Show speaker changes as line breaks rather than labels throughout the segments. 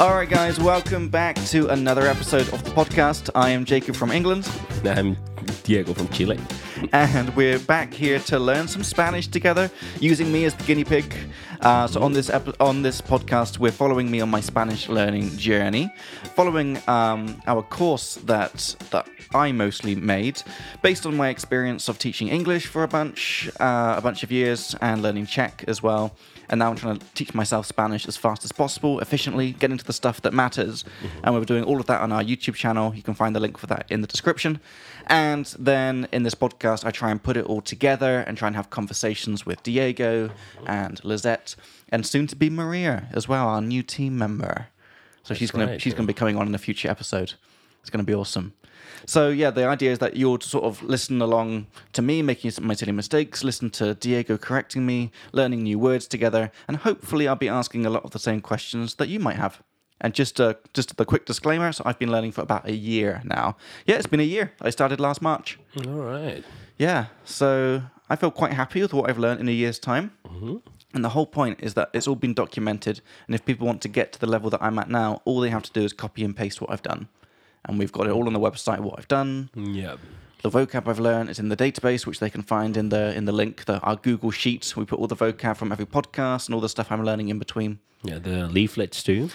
All right, guys, welcome back to another episode of the podcast. I am Jacob from England,
I'm
Um,
Diego from Chile.
and we're back here to learn some Spanish together, using me as the guinea pig. Uh, so on this ep- on this podcast, we're following me on my Spanish learning journey, following um, our course that that I mostly made, based on my experience of teaching English for a bunch uh, a bunch of years and learning Czech as well. And now I'm trying to teach myself Spanish as fast as possible, efficiently, get into the stuff that matters. And we're doing all of that on our YouTube channel. You can find the link for that in the description. And then in this podcast, I try and put it all together and try and have conversations with Diego and Lizette and soon to be Maria as well, our new team member. So she's gonna
right,
she's
yeah.
gonna be coming on in a future episode. It's gonna be awesome. So yeah, the idea is that you'll sort of listen along to me making some of my silly mistakes, listen to Diego correcting me, learning new words together, and hopefully I'll be asking a lot of the same questions that you might have. And just uh, just the quick disclaimer: so I've been learning for about a year now. Yeah, it's been a year. I started last March.
All right.
Yeah, so I feel quite happy with what I've learned in a year's time. And the whole point is that it's all been documented. And if people want to get to the level that I'm at now, all they have to do is copy and paste what I've done. And we've got it all on the website what I've done.
Yeah.
The vocab I've learned is in the database, which they can find in the in the link, the, our Google Sheets. We put all the vocab from every podcast and all the stuff I'm learning in between.
Yeah, the leaflets too.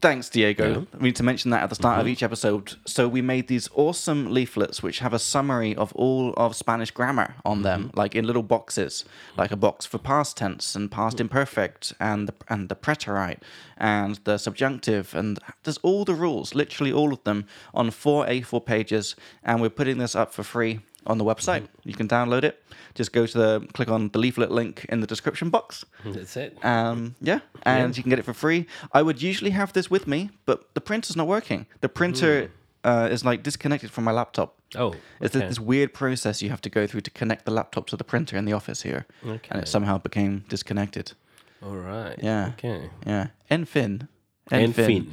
Thanks, Diego. We need to mention that at the start of each episode. So we made these awesome leaflets which have a summary of all of Spanish grammar on them, like in little boxes, like a box for past tense and past imperfect and the, and the preterite and the subjunctive and there's all the rules, literally all of them, on four A4 pages, and we're putting this up for free on the website. You can download it. Just go to the click on the leaflet link in the description box.
That's it.
Um, yeah, and you can get it for free. I would usually have this with me, but the printer's not working. The printer uh, is like disconnected from my laptop.
Oh,
It's
Hmm. okay.
this weird process you have to go through to connect the laptop to the printer in the office here, and
Okay.
it somehow became disconnected.
All right.
Yeah.
Okay.
Yeah, Enfin.
Enfin.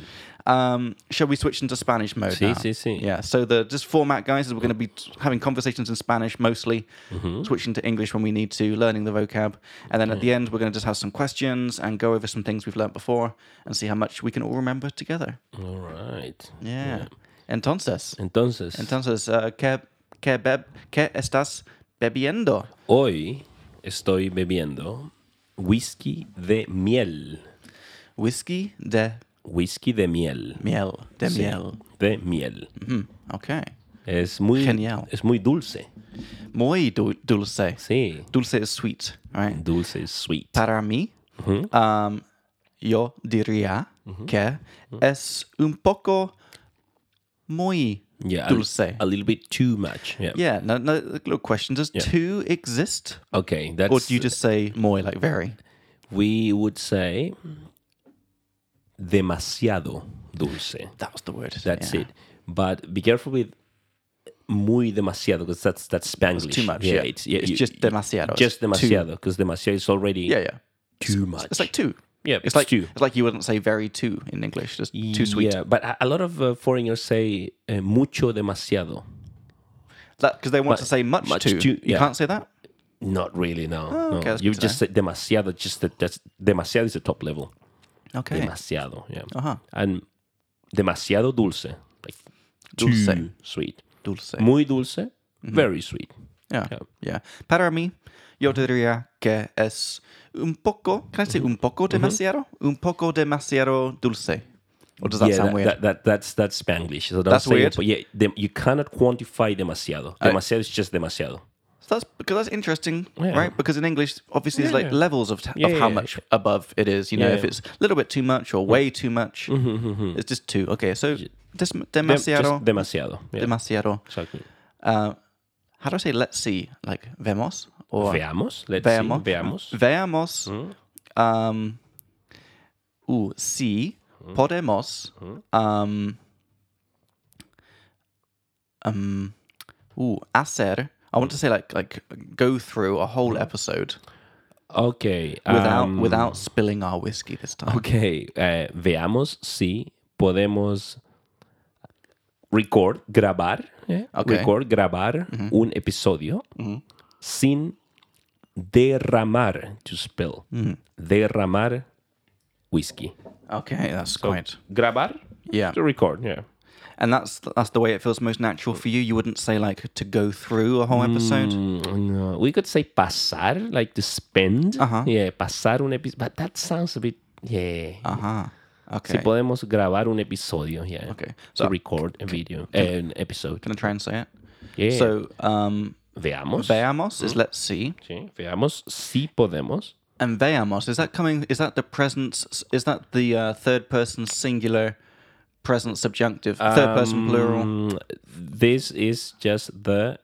Um, shall we switch into Spanish mode
Sí,
now?
sí, sí.
Yeah. So the just format, guys, is we're going to be t- having conversations in Spanish mostly, switching to English when we need to, learning the vocab, and then at the end we're going to just have some questions and go over some things we've learnt before and see how much we can all remember together.
All right.
Yeah. Entonces,
Entonces,
entonces, uh, ¿qué, qué, beb, ¿qué estás bebiendo?
hoy estoy bebiendo whisky de miel.
Whiskey de
Whisky de miel.
miel. De
Sí,
miel.
De miel.
Hmm, Okay.
Es muy
Genial.
Es muy dulce.
Muy du- dulce.
Sí.
Dulce is sweet, right?
Dulce is sweet.
para mí, um, yo diría que es un poco muy
Yeah. a-
dulce.
A, little bit too much. Yeah.
yeah, no, no, look, question. Does two exist?
Okay. That's
Or do you just say muy, like very?
we would say demasiado dulce.
That was the word.
That's
yeah.
it. But be careful with muy demasiado because that's that's Spanglish.
too much, yeah.
it's, yeah,
It's
you-
just demasiado.
Just
It's too-
demasiado because demasiado is already
Yeah, yeah.
too much.
It's like two.
yeah,
It's like
too
It's like you wouldn't say very two in English. Just too sweet.
Yeah, but a, a lot of uh, foreigners say uh, mucho demasiado.
Because they want
But
to say much,
much
too.
too,
You
yeah.
can't say that.
Not really, no. no.
Oh, okay, that's
you
good to
just say demasiado. Just that that's demasiado is the top level.
Okay.
Demasiado, yeah.
Uh-huh.
And demasiado dulce, like
Dulce.
too sweet.
Dulce.
Muy dulce,
Mm-hmm.
very sweet.
Yeah. Yeah. Para mí, yo diría que es un poco, can I say un poco demasiado? Un poco demasiado dulce. Or does that
yeah,
sound
that,
weird?
That, that, that's that's Spanglish. So don't
That's
say
weird.
it, but yeah, dem- you cannot quantify demasiado. Demasiado is just demasiado.
So that's because that's interesting,
Yeah.
right? Because in English, obviously, there's like
Yeah.
levels of, t-
Yeah,
of
yeah,
how
yeah.
much above it is. You know,
Yeah,
if
yeah.
it's a little bit too much or way too much, it's just too. Okay, so des-
Dem- just
demasiado,
demasiado. Yeah,
demasiado.
exactly.
Uh, how do I say let's see? Like vemos or
Veamos. Let's
Veamos.
see. Veamos.
Veamos. Um, uh, sí, podemos. Um, um, ooh, hacer. I want to say like like go through a whole episode
Okay.
without
um,
without spilling our whiskey this time.
Okay. eh, veamos si podemos record, grabar, eh,
Okay.
record, grabar un episodio sin derramar, to spill, derramar whiskey.
Okay, oh, that's quite.
Grabar?
Yeah.
To record, yeah.
And that's that's the way it feels most natural for you. You wouldn't say like to go through a whole episode.
Mm, no, we could say pasar, like to spend.
Ajá.
Yeah, pasar un episodio. But that sounds a bit, yeah.
Aha.
Si
Okay.
podemos grabar un episodio, yeah.
Okay.
So,
So-
record a video, an episode.
Can I try and say it?
Yeah.
So, um,
veamos.
veamos is let's see,
sí, veamos si podemos.
and veamos is that coming? Is that the present? Is that the uh, third person singular, present subjunctive, third person plural,
Mm, this is just the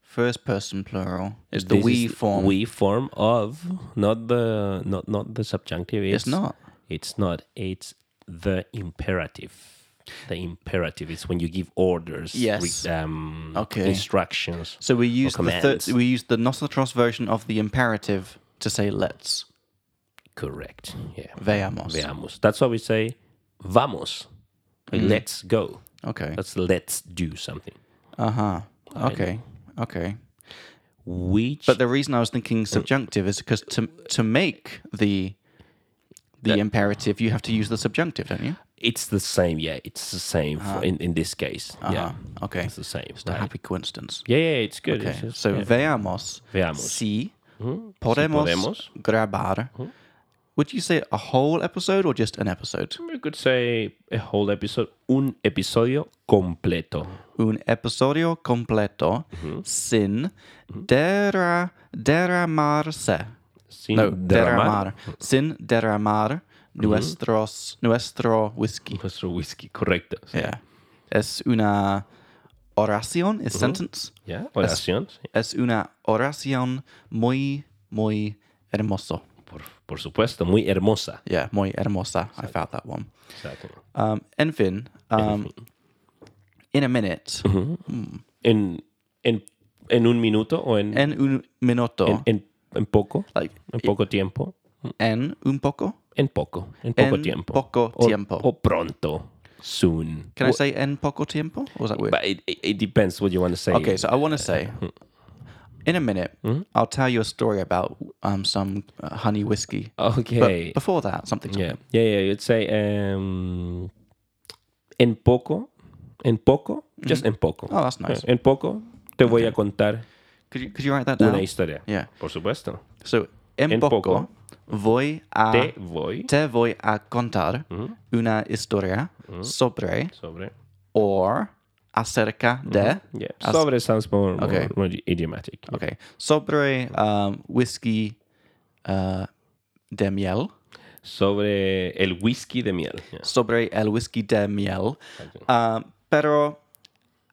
first person plural? It's the
this
we
is
form.
We form of not the not not the subjunctive. It's,
not.
It's not. It's the imperative. The imperative is when you give orders.
Yes.
re- um,
Okay.
Instructions.
So we use the third,
commands.
we use the Nosotros version of the imperative to say let's
Correct. Yeah.
veamos.
Veamos. That's why we say vamos. Like,
Mm-hmm.
Let's go.
Okay.
That's let's do something.
Uh huh. Okay. Okay.
Which
But the reason I was thinking subjunctive is because to to make the the imperative, you have to use the subjunctive, don't you?
it's the same. Yeah, it's the same for, in in this case. Yeah.
Uh-huh. Okay.
It's the same.
It's a happy coincidence.
Yeah, yeah, it's good. It's
Okay.
just-
So veamos.
Veamos. Mhm.
Si podemos,
podemos. Mhm.
grabar. Would you say a whole episode or just an episode?
We could say a whole episode, un episodio completo.
un episodio completo
Mhm.
sin derra, derramarse.
Sin
no, derramar.
derramar.
Sin derramar nuestros,
Mhm.
nuestro whisky.
Nuestro whisky, correcto. Sí.
Yeah. Es una oración,
Mhm.
es sentence.
Yeah, oración, sí,
Es una oración muy, muy hermoso.
por, por supuesto, muy hermosa.
Yeah, muy hermosa. I found that one.
Exacto.
Um, en fin, um, in a minute,
Mm-hmm. En, en, en un minuto o en, en,
en un minuto,
en, poco,
like
en poco tiempo,
en un poco.
en poco, en poco
En
tiempo.
poco
O-
tiempo.
O pronto, soon.
Can I say en poco tiempo? Or was that weird?
But it, it, it depends what you want to say.
Okay, so I want to say,
Mm.
in a minute,
Mm-hmm.
I'll tell you a story about um, some uh, honey whiskey.
Okay.
Before that, something.
Yeah, yeah, yeah. You'd say um, en poco, en poco, just en poco.
Oh, that's nice.
En poco te voy a contar
Could you could you write that
una
down?
historia.
Yeah.
Por supuesto.
So en,
En
poco,
poco,
voy a
Te Mm-hmm. voy
te voy a contar una historia
Mm-hmm.
sobre
sobre.
or acerca de
Yeah. Sobre sounds more, more-
Okay.
more idiomatic.
okay sobre um, whiskey uh, de miel.
Sobre el whisky de miel. Yeah.
sobre el whisky de miel. Um, pero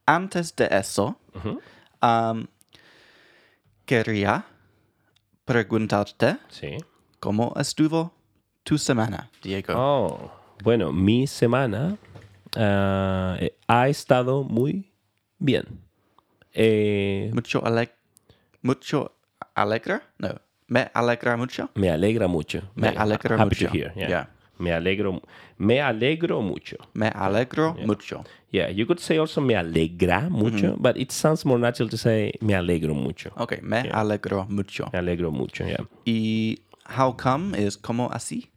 antes de eso, um, quería preguntarte
Sí.
cómo estuvo tu semana, Diego.
Oh, bueno, mi semana ah, eh, ha estado muy bien. Eh,
Mucho aleg mucho alegre? No, me alegra mucho.
Me alegra mucho.
Me
Yeah,
alegra
happy to
mucho.
hear, yeah.
Yeah.
Me alegro. Me alegro mucho.
Me alegro mucho.
Yeah, you could say also me alegra mucho, but it sounds more natural to say me alegro mucho.
Okay, me alegro mucho.
Me alegro mucho, yeah.
Y how come is como así?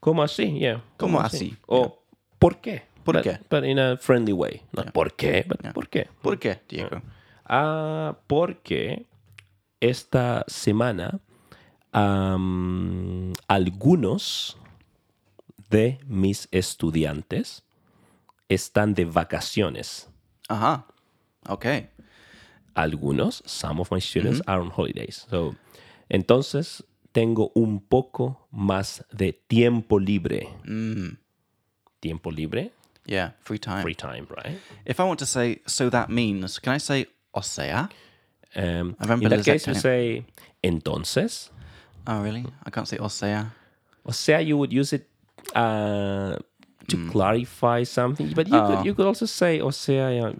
¿Cómo así? Yeah.
¿Cómo así?
O ¿por qué?
¿Por
but,
qué?
But in a friendly way. Not ¿por qué? But ¿por qué?
¿Por qué, Diego?
Ah, porque esta semana am, algunos de mis estudiantes están de vacaciones.
Ajá. Okay.
Algunos, some of my students are on holidays. So, entonces tengo un poco más de tiempo libre. Tiempo libre,
Mm, Yeah, free time.
free time, right?
If I want to say, so that means, can I say, o sea?
Um,
remember
in that
the
case, you
second-
say entonces.
Oh, really? I can't say o sea.
or say you would use it uh, to
Mm.
clarify something. But you
Ah.
could you could also say or say uh,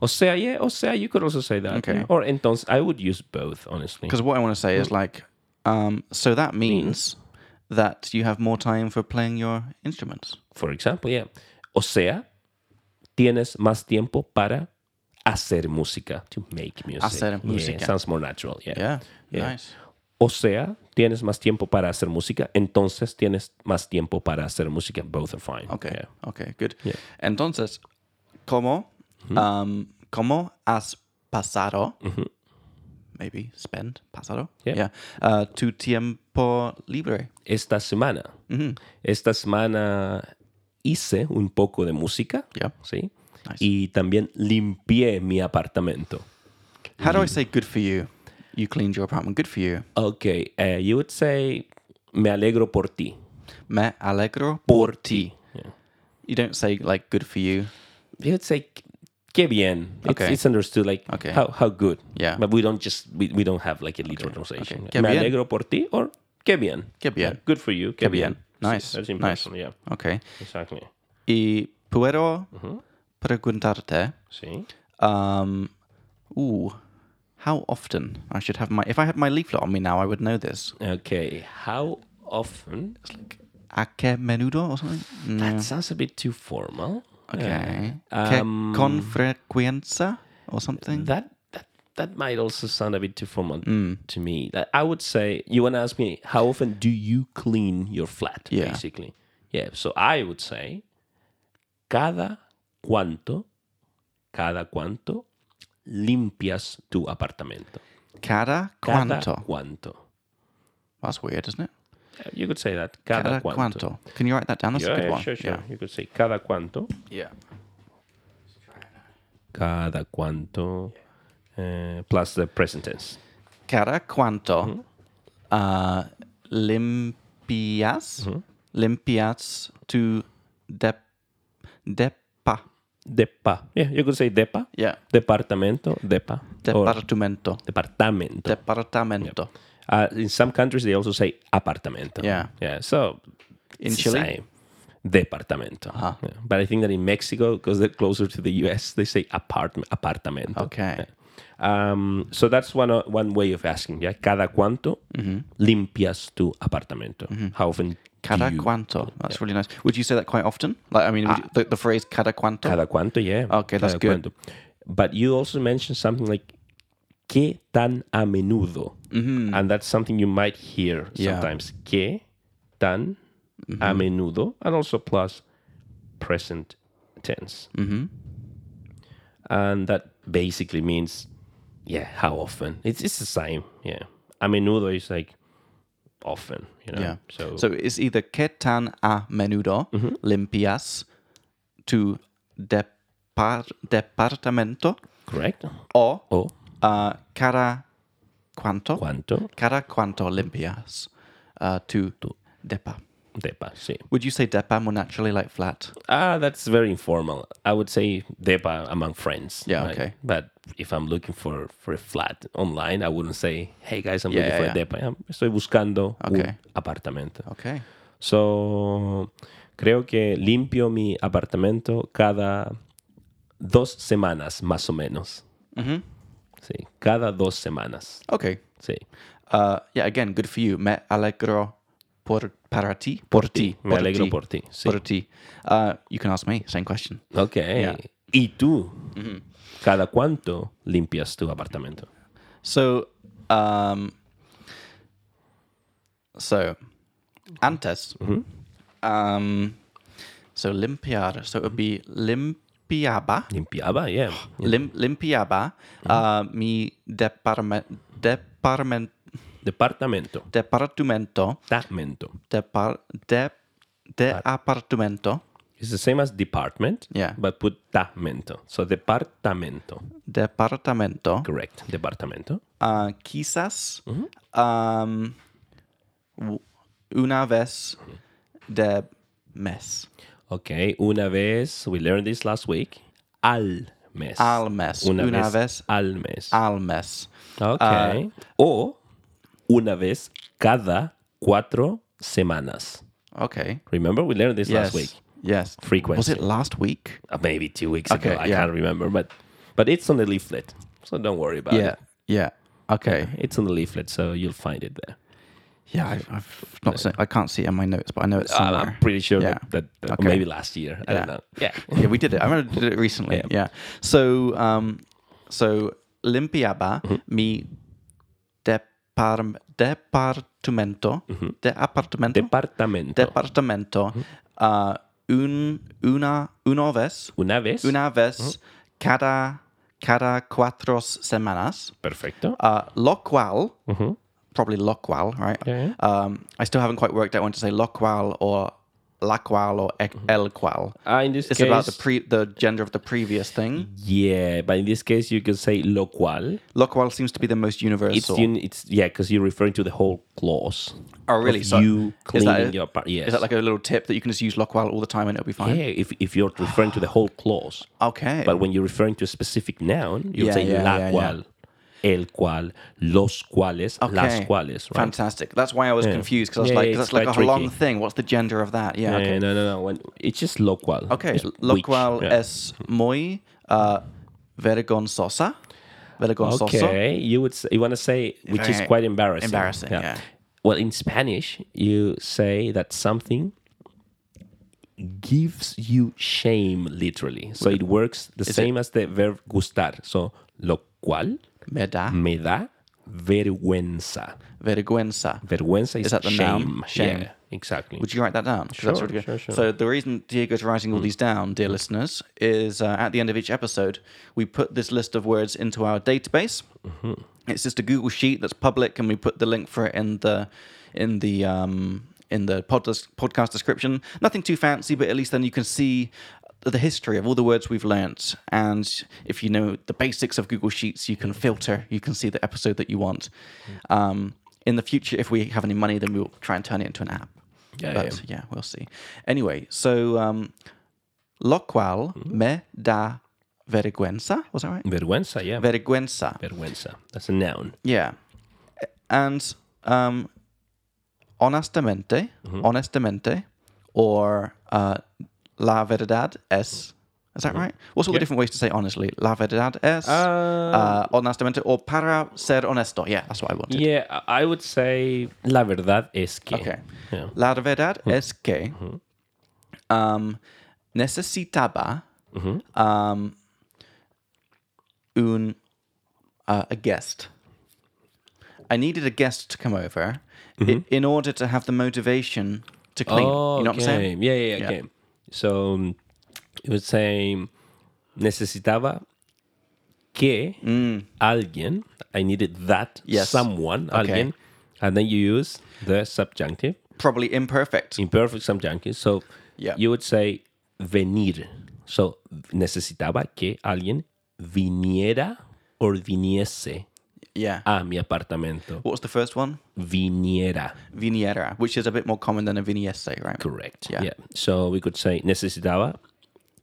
or say yeah or say you could also say that.
Okay.
Or entonces I would use both honestly.
Because what I want to say is like, um, so that means that you have more time for playing your instruments.
For example, yeah. O sea, tienes más tiempo para hacer música to make music.
Hacer
Yeah,
música.
sounds more natural. Yeah.
Yeah,
Yeah.
nice.
O sea, tienes más tiempo para hacer música, entonces tienes más tiempo para hacer música. Both are fine.
Okay,
Yeah.
okay, good.
Yeah. Hmm?
Entonces, ¿cómo, um, ¿cómo has pasado, maybe spend, pasado,
Mm-hmm. Yeah.
uh, tu tiempo libre?
Esta semana, esta semana hice un poco de música,
Yeah.
¿sí?
Nice.
Y también limpié mi apartamento.
How do I say good for you? You cleaned your apartment. Good for you.
Ok, eh, you would say, me alegro por ti.
Me alegro.
Por ti.
You don't say like good for you.
You would say, qué bien. It's,
Okay.
it's understood, like,
Okay.
how, how good.
Yeah.
But we don't just, we, we don't have like a little translation.
okay. Qué
Me
bien.
alegro por ti, or qué bien.
Qué bien.
Yeah, Good for you. Qué,
bien. Nice, nice.
That's impersonal, yeah.
Okay.
Exactly.
Y puedo
Mm-hmm.
preguntarte.
Sí.
Um, ooh, how often I should have my. If I had my leaflet on me now, I would know this.
Okay. How often?
A que menudo or something? Mm,
That sounds a bit too formal.
Okay.
Uh,
que
um,
con frecuencia or something?
that that that might also sound a bit too formal
Mm.
to me. That- I would say you want to ask me how often do you clean your flat?
Yeah.
Basically, yeah. So I would say cada cuánto, cada cuánto limpias tu apartamento.
Cada
Cada
cuanto.
cuánto.
That's weird, isn't it?
Yeah, You could say that. Cada,
Cada
cuánto.
cuanto. Can you write that down? That's
Yeah,
a good
yeah,
one.
sure, sure. You could say cada cuánto.
Yeah. yeah.
cada cuánto eh, plus the present tense.
Cada cuanto
Mm-hmm.
uh, limpias,
Mm-hmm.
limpias tu de, depa,
Depa. Yeah, you could say depa.
yeah,
Departamento, depa. or
departamento,
departamento.
departamento.
Uh, in some countries they also say apartamento.
Yeah.
Yeah. So
In
it's the
Chile? Uh-huh.
same. Departamento. Yeah. But I think that in Mexico, because they're closer to the US, they say apartment apartamento.
Okay.
Yeah. Um, so that's one o- one way of asking. Yeah, cada cuánto
Mm-hmm.
limpias tu apartamento. How often? do
Cada
you- Uh,
cuanto. That's really nice. Would you say that quite often? Like, I mean, would you- the, the phrase cada cuanto.
Cada cuánto, yeah.
Okay, Ah, that's
Cada
good.
cuánto. But you also mentioned something like que tan a menudo. And that's something you might hear
Mm-hmm. Yeah. Mm-hmm.
sometimes. Que tan a menudo. And also plus present tense.
Mm-hmm.
And that basically means, yeah, how often. It's, it's the same, yeah. A menudo is like often, you know.
yeah.
So,
so it's either que tan a menudo limpias tu depar, departamento
correct?
o
O
uh, cada cuanto.
cuánto
Cada cuanto limpias uh, tu depa.
depa, sí.
Would you say depa more naturally like flat?
Ah, that's very informal. I would say depa among friends.
Yeah, okay.
But if I'm looking for, for a flat online, I wouldn't say, hey guys, I'm
Yeah,
looking
yeah,
for a depa. I'm- Estoy buscando
Okay.
un apartamento.
Okay.
So, creo que limpio mi apartamento cada dos semanas, más o menos. Sí, cada dos semanas.
Mm-hmm. Okay.
Sí.
Uh, yeah, again, good for you. Me alegro por para ti. Por ti.
Me alegro por ti. Sí.
Por ti. Uh, you can ask me, same question.
Ok. ¿Y tú?
Mm-hmm.
¿Cada cuánto limpias tu apartamento?
So, um, so, antes, um, so limpiar, so it would be limpiaba,
Limpiaba, yeah.
lim, limpiaba uh, mi deparme, deparmen,
Departamento.
departamento,
Departamento.
depar, de, de apartamento,
It's the same as department,
Yeah.
but put tamento. So departamento.
departamento,
Correct. Departamento.
uh, quizás um, w- una vez de mes.
Okay. Una vez, we learned this last week. Al mes.
Al mes.
Una,
Una
vez,
vez.
Al mes.
al mes.
okay. o una vez cada cuatro semanas.
Okay.
Remember, we learned this
Yes.
last week.
Yes. Was
Frequency.
it last week?
Uh, maybe two weeks
Okay,
ago. I
yeah.
can't remember, but but it's on the leaflet, so don't worry about it.
Yeah. Uh, Yeah. Okay.
It's on the leaflet, so you'll find it there.
Yeah. I've, I've not. Seen, I can't see it in my notes, but I know it's
I'm-
somewhere.
I'm pretty sure
Yeah.
that, that, that- or
Okay.
maybe last year. I
Yeah.
don't know. Yeah.
yeah, we did it. I remember we did it recently. Yeah.
Yeah. Mm-hmm.
So, um, so limpiaba mi departamento depar- departamento, de apartamento,
Mm-hmm. Departamento. Mm-hmm.
departamento, ah, un, una, una vez,
una vez.
una vez
Mm-hmm.
cada, cada cuatro semanas,
Perfecto.
ah, lo cual,
Ujú.
probably lo cual, right?
Mm-hmm. Yeah,
Um, I still haven't quite worked out when to say lo cual or la cual or ec- el cual.
Ah, in Mm-hmm. this
It's
case,
about the pre- the gender of the previous thing.
yeah, but in this case, you could say lo cual.
Lo cual seems to be the most
It's,
universal.
un- it's yeah, because you're referring to the whole clause.
oh, really?
of
So
you
is
cleaning
that a-
your part. Yes.
Is that like a little tip that you can just use lo cual all the time and it'll be fine?
yeah, if, if you're referring to the whole clause.
Okay.
But when you're referring to a specific noun, you
Yeah,
say
yeah,
la
yeah, yeah.
cual, el cual, los cuales, las
Okay.
cuales, right?
Fantastic. That's why I was confused because I was
Yeah,
like,
yeah,
'cause
it's
that's like a
quite
long
tricky.
thing. What's the gender of that? Yeah.
Yeah,
okay.
Eh, no, no, no. when- it's just lo cual.
Okay.
It's
Lo
which,
cual
yeah.
es muy uh, vergonzosa. Vergonzoso.
Okay, you would say, you want to say which is
Very
quite embarrassing.
embarrassing, yeah.
Well, in Spanish, you say that something gives you shame, literally. So it works the same as the verb gustar. So lo cual
Me da
me da vergüenza.
vergüenza.
Vergüenza is,
that the noun?
shame.
Shame.
Yeah, exactly.
Would you write that down? 'Cause that's
Sure,
really good.
sure, sure. Mm.
So the reason Diego's writing all these down, dear listeners, is uh, at the end of each episode, we put this list of words into our database. It's just a Google sheet that's public, and we put the link for it in the in the um, in the pod- podcast description. Nothing too fancy, but at least then you can see the history of all the words we've learnt and if you know the basics of google sheets you can filter you can see the episode that you want um, in the future if we have any money then we'll try and turn it into an app
Yeah,
but yeah. we'll see. Anyway, so um, lo cual me da vergüenza. Was that right?
Mm. vergüenza, yeah.
Vergüenza.
vergüenza. That's a noun.
Yeah. And um, honestamente, honestamente, or uh, la verdad es. Is that right? What's all the different ways to say honestly? La verdad es. uh, honestamente, or para ser honesto. Yeah, that's what I wanted.
Yeah, I I would say la verdad es que.
Okay.
Yeah. Hmm.
La verdad es que um, necesitaba
Mm-hmm.
um, un uh, a guest. I needed a guest to come over
Mm-hmm.
i- in order to have the motivation to clean. you know what I'm saying?
Oh, Yeah, yeah, yeah, okay. So um, you would say necesitaba que alguien. I needed that
Mm. Yes.
someone
Okay.
alguien, and then you use the subjunctive,
Probably imperfect.
imperfect subjunctive. So
Yeah.
you would say venir. So necesitaba que alguien viniera or viniese
yeah.
a mi apartamento.
what was the first one?
Viniera.
Viniera, which is a bit more common than a viniese, right?
Correct.
Yeah.
Yeah. So we could say necesitaba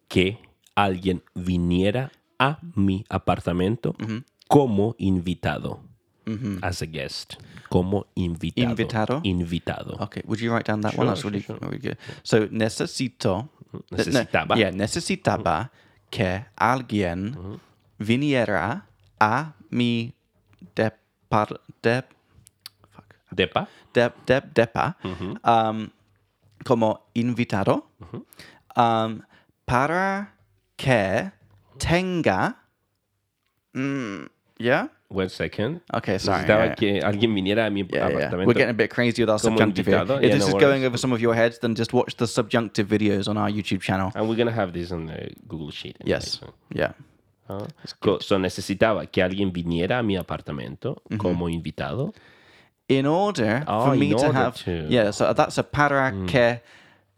que alguien viniera a mi apartamento como invitado. As a guest. Como invitado.
Invitado?
Invitado.
Okay, would you write down that one? That's really, really good. So necesito. ne- no,
Necesitaba. Mm-hmm.
yeah, necesitaba que alguien viniera a mi depar, de,
Depa.
de, de, depa
Mm-hmm.
um, como invitado um, para que
Mm-hmm.
tenga. Mm, yeah?
One second.
Okay, sorry. yeah,
necesitaba
yeah.
que alguien viniera a mi
Yeah, yeah.
apartamento.
We're getting a bit crazy with our
Como
subjunctive here.
invitado.
If
Yeah,
this
no
is
worries.
going over some of your heads, then just watch the subjunctive videos on our YouTube channel.
And we're going to have this on the Google Sheet. anyway,
Yes.
so,
Yeah.
uh, co- so necesitaba que alguien viniera a mi apartamento como invitado.
In order
Oh,
for
in
me to
order
have.
to. Hmm.
Yeah, so that's a para que.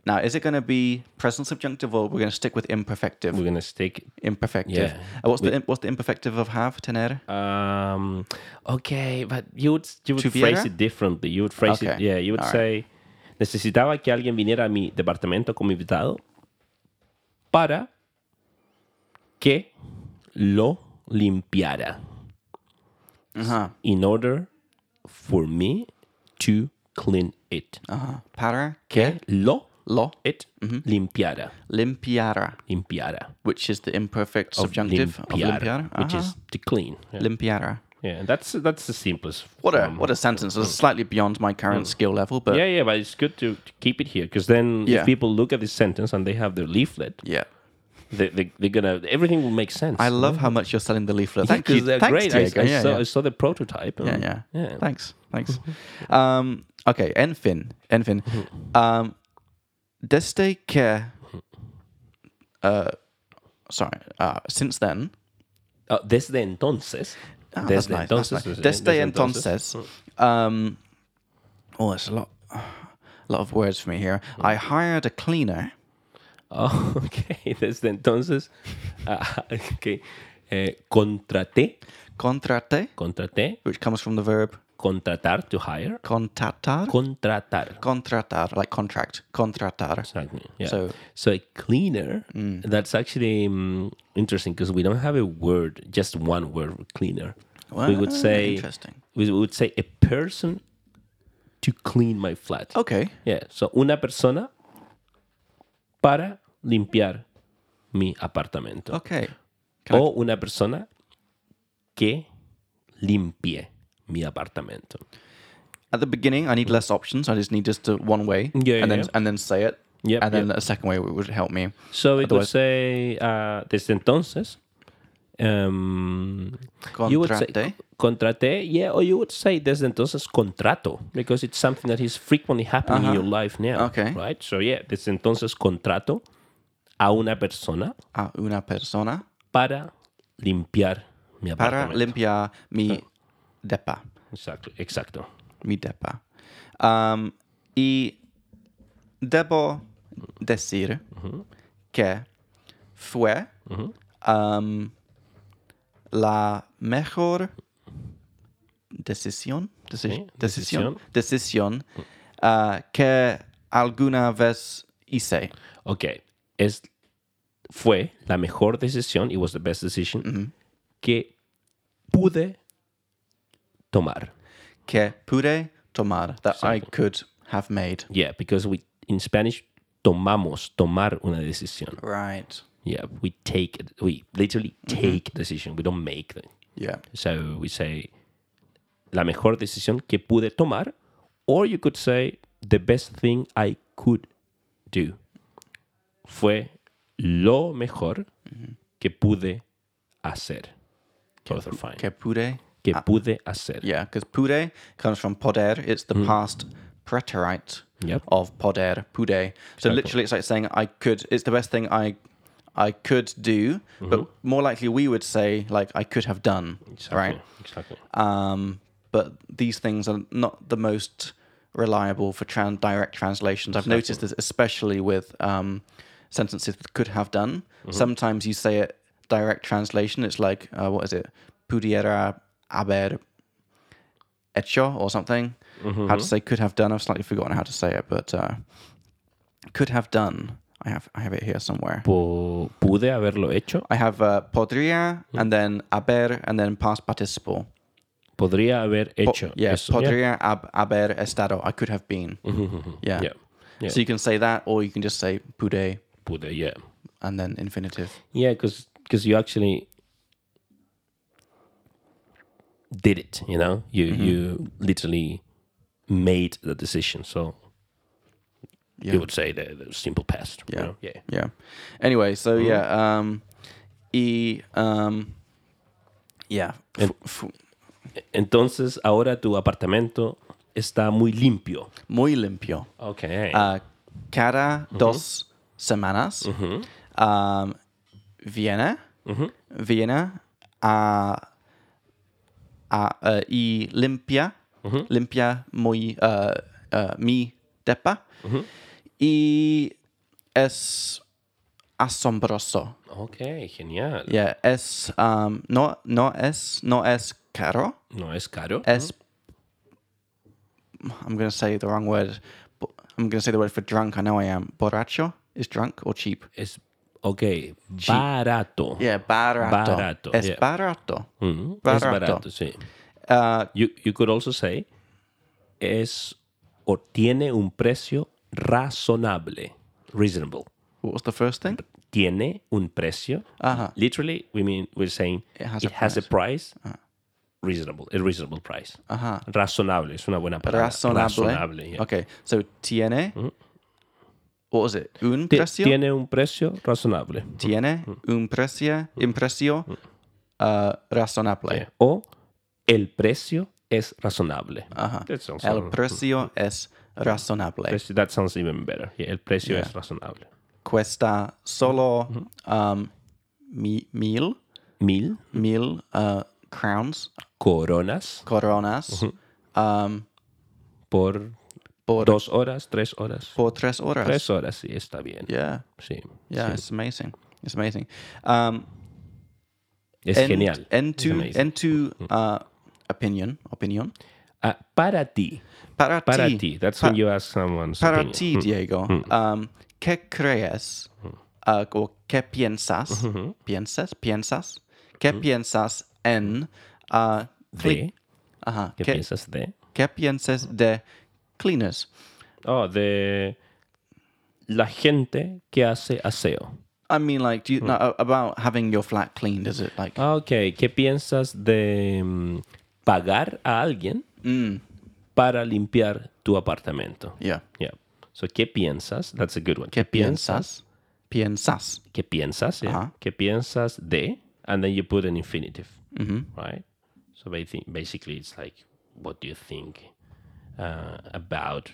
Now, is it going to be present subjunctive or we're going to stick with imperfective?
We're going to stick
Imperfective.
Yeah.
Uh, what's, the, im- what's the imperfective of have, tener?
Um, okay, but you would you would
Tuviera?
phrase it differently. You would phrase it,
Okay,
yeah. You would say,
alright.
necesitaba que alguien viniera a mi departamento como invitado para que lo limpiara.
Uh-huh.
In order for me to clean it,
Uh-huh. Para
que lo
lo
it
Mm-hmm.
limpiara,
limpiara,
limpiara,
which is the imperfect
Of
subjunctive
limpiar,
of limpiara.
which is to clean. Yeah,
Uh-huh. limpiara.
yeah, that's that's the simplest.
What a
form.
what a sentence! It's slightly beyond my current skill level, but
Yeah, yeah, but it's good to, to keep it here because then
Yeah.
if people look at this sentence and they have their leaflet,
yeah.
They, they, they're gonna everything will make sense.
I love how much you're selling the leaflet.
Yeah,
Thank you.
they're
Thanks,
great. I-
Jake.
I,
yeah,
saw,
yeah.
I saw the prototype.
yeah,
and-
yeah.
yeah.
Thanks, thanks. um, okay, Enfin, Enfin. Um, Desde que, uh, sorry, uh, since then,
Uh, desde entonces.
Ah, that's
desde
nice, that's
entonces. eh,
nice.
desde-
Desde
desde
entonces.
Hmm.
Um, oh, that's a lot, a lot of words for me here.
Hmm.
I hired a cleaner.
Oh, ok. Desde entonces. ah, ok. Eh, contraté.
Contrate,
Contraté.
which comes from the verb
Contratar, to hire.
contratar.
Contratar.
Contratar, like contract. Contratar.
Exactly. Yeah.
So-
So, a cleaner, that's actually mm, interesting because we don't have a word, just one word for cleaner. we
Wow,
would say,
interesting.
we would say a person to clean my flat.
Okay.
Yeah. So, una persona para limpiar mi apartamento.
Okay. Can I-
O una persona que limpie mi apartamento.
At the beginning, I need less options. I just need just uh, one way,
Yeah,
and then
yeah.
and then say it,
Yep,
and then a second way would help me.
So we could
Otherwise-
say uh, desde entonces. Um, you would say
Contraté.
contraté, yeah, or you would say desde entonces contrato because it's something that is frequently happening in your life now.
Okay.
Right? So yeah, desde entonces contrato a una persona
A una persona
para limpiar mi
para
apartamento.
limpiar mi depa,
exacto, exacto.
mi depa. Um, y debo decir
Mm-hmm.
que fue um, la mejor decisión, deci-
Sí,
decisión, decisión uh, que alguna vez hice.
Ok, es, fue la mejor decisión, it was the best decision, que pude tomar.
que pude tomar that I could have made.
Yeah, because we, in Spanish, tomamos, tomar una decisión.
Right.
Yeah, we take, it- we literally take decision, we don't make them.
Yeah.
So we say, la mejor decisión que pude tomar, or you could say, the best thing I could do. Fue lo mejor que pude hacer. Both are fine.
Que ah. pude.
que pude hacer.
Yeah, because pude comes from poder. It's the past preterite
Yep.
of poder, pude. So literally, it's like saying I could. It's the best thing I, I could do.
Mm-hmm.
But more likely, we would say like I could have done. Right.
Exactly.
Um, but these things are not the most reliable for tran- direct translations. I've noticed this especially with um, sentences that could have done. Sometimes you say it direct translation, it's like, uh, what is it? Pudiera haber hecho or something. How to say could have done. I've slightly forgotten how to say it, but uh, could have done. I have I have it here somewhere.
Po- pude haberlo hecho.
I have uh, podría and then haber and then past participle.
Podría haber hecho.
Yeah,
eso.
podría ab- haber estado. I could have been. Yeah.
Yeah. Yeah.
So you can say that, or you can just say pude
Pude, yeah.
and then infinitive.
Yeah, because you actually did it. You know, you
Mm-hmm.
you literally made the decision. So
Yeah.
you would say the, the simple past. you
Yeah.
know? yeah.
Yeah. Anyway, so
Mm-hmm.
yeah. Um, e. Um, yeah. F- f-
Entonces ahora tu apartamento está muy limpio. Ah.
muy limpio.
Okay.
Uh, cada dos semanas um, viene, viene a, a, uh, y limpia, limpia muy, uh, uh, mi depa y es asombroso.
okay. Genial.
Yeah, es um, no no es no es caro.
No es caro.
Es I'm gonna say the wrong word. But I'm gonna say the word for drunk. I know I am. Borracho is drunk or cheap.
es okay. Barato.
Yeah, barato.
Barato,
Es
yeah.
barato.
Mhm. Es
Barato.
barato, sí.
Uh,
You, you could also say es o tiene un precio razonable. Reasonable.
what was the first thing? Uh-huh,
Tiene un precio.
Ajá.
Literally, we mean we're saying
It
it
has
has,
a
a price. Reasonable. A reasonable price.
Ajá.
Razonable es una buena palabra.
uh-huh. Razonable.
Razonable, yeah.
Okay, so tiene what was it? Un
Ti-
precio.
Tiene Mm-hmm. un precio razonable.
Tiene un precio, un precio
Mm-hmm.
uh, razonable.
O el precio es razonable.
Ajá.
That sounds
Ah, Uh-huh. El precio es razonable.
precio- that sounds even better. Yeah, el precio
Yeah.
es razonable.
Cuesta solo
Mm-hmm.
um, mi- mil,
Mil
mil uh, crowns,
coronas
coronas, um,
por,
Por-
Mm-hmm. dos horas, tres horas.
por tres horas.
Tres horas, sí, está bien.
Yeah,
Sí.
yeah, it's amazing. It's amazing. Um,
Es
and,
genial.
And
Es
to,
amazing. Mm-hmm.
and to uh, opinion, opinion.
Ah, para ti.
Para,
Para
ti.
ti. Mm-hmm. That's
Pa-
when you ask someone.
para ti, Diego, um, ¿qué crees
Mm-hmm.
uh, o qué piensas? ¿Piensas? ¿Piensas? ¿Qué piensas en... uh, cli-
Mm-hmm. De,
ajá,
¿Qué
¿qué,
piensas de?
qué piensas de cleaners?
Oh, de la gente que hace aseo.
I mean, like, do
Hmm.
you, no, a- about having your flat cleaned, is it like...
Ah, Ok, ¿qué piensas de mm, pagar a alguien para limpiar tu apartamento?
mm, yeah.
Yeah. So, ¿qué piensas? That's a good one.
¿Qué piensas? Piensas.
¿Qué piensas? yeah.
Ajá.
¿Qué piensas de? And then you put an infinitive, right? So basi- basically, it's like, what do you think uh, about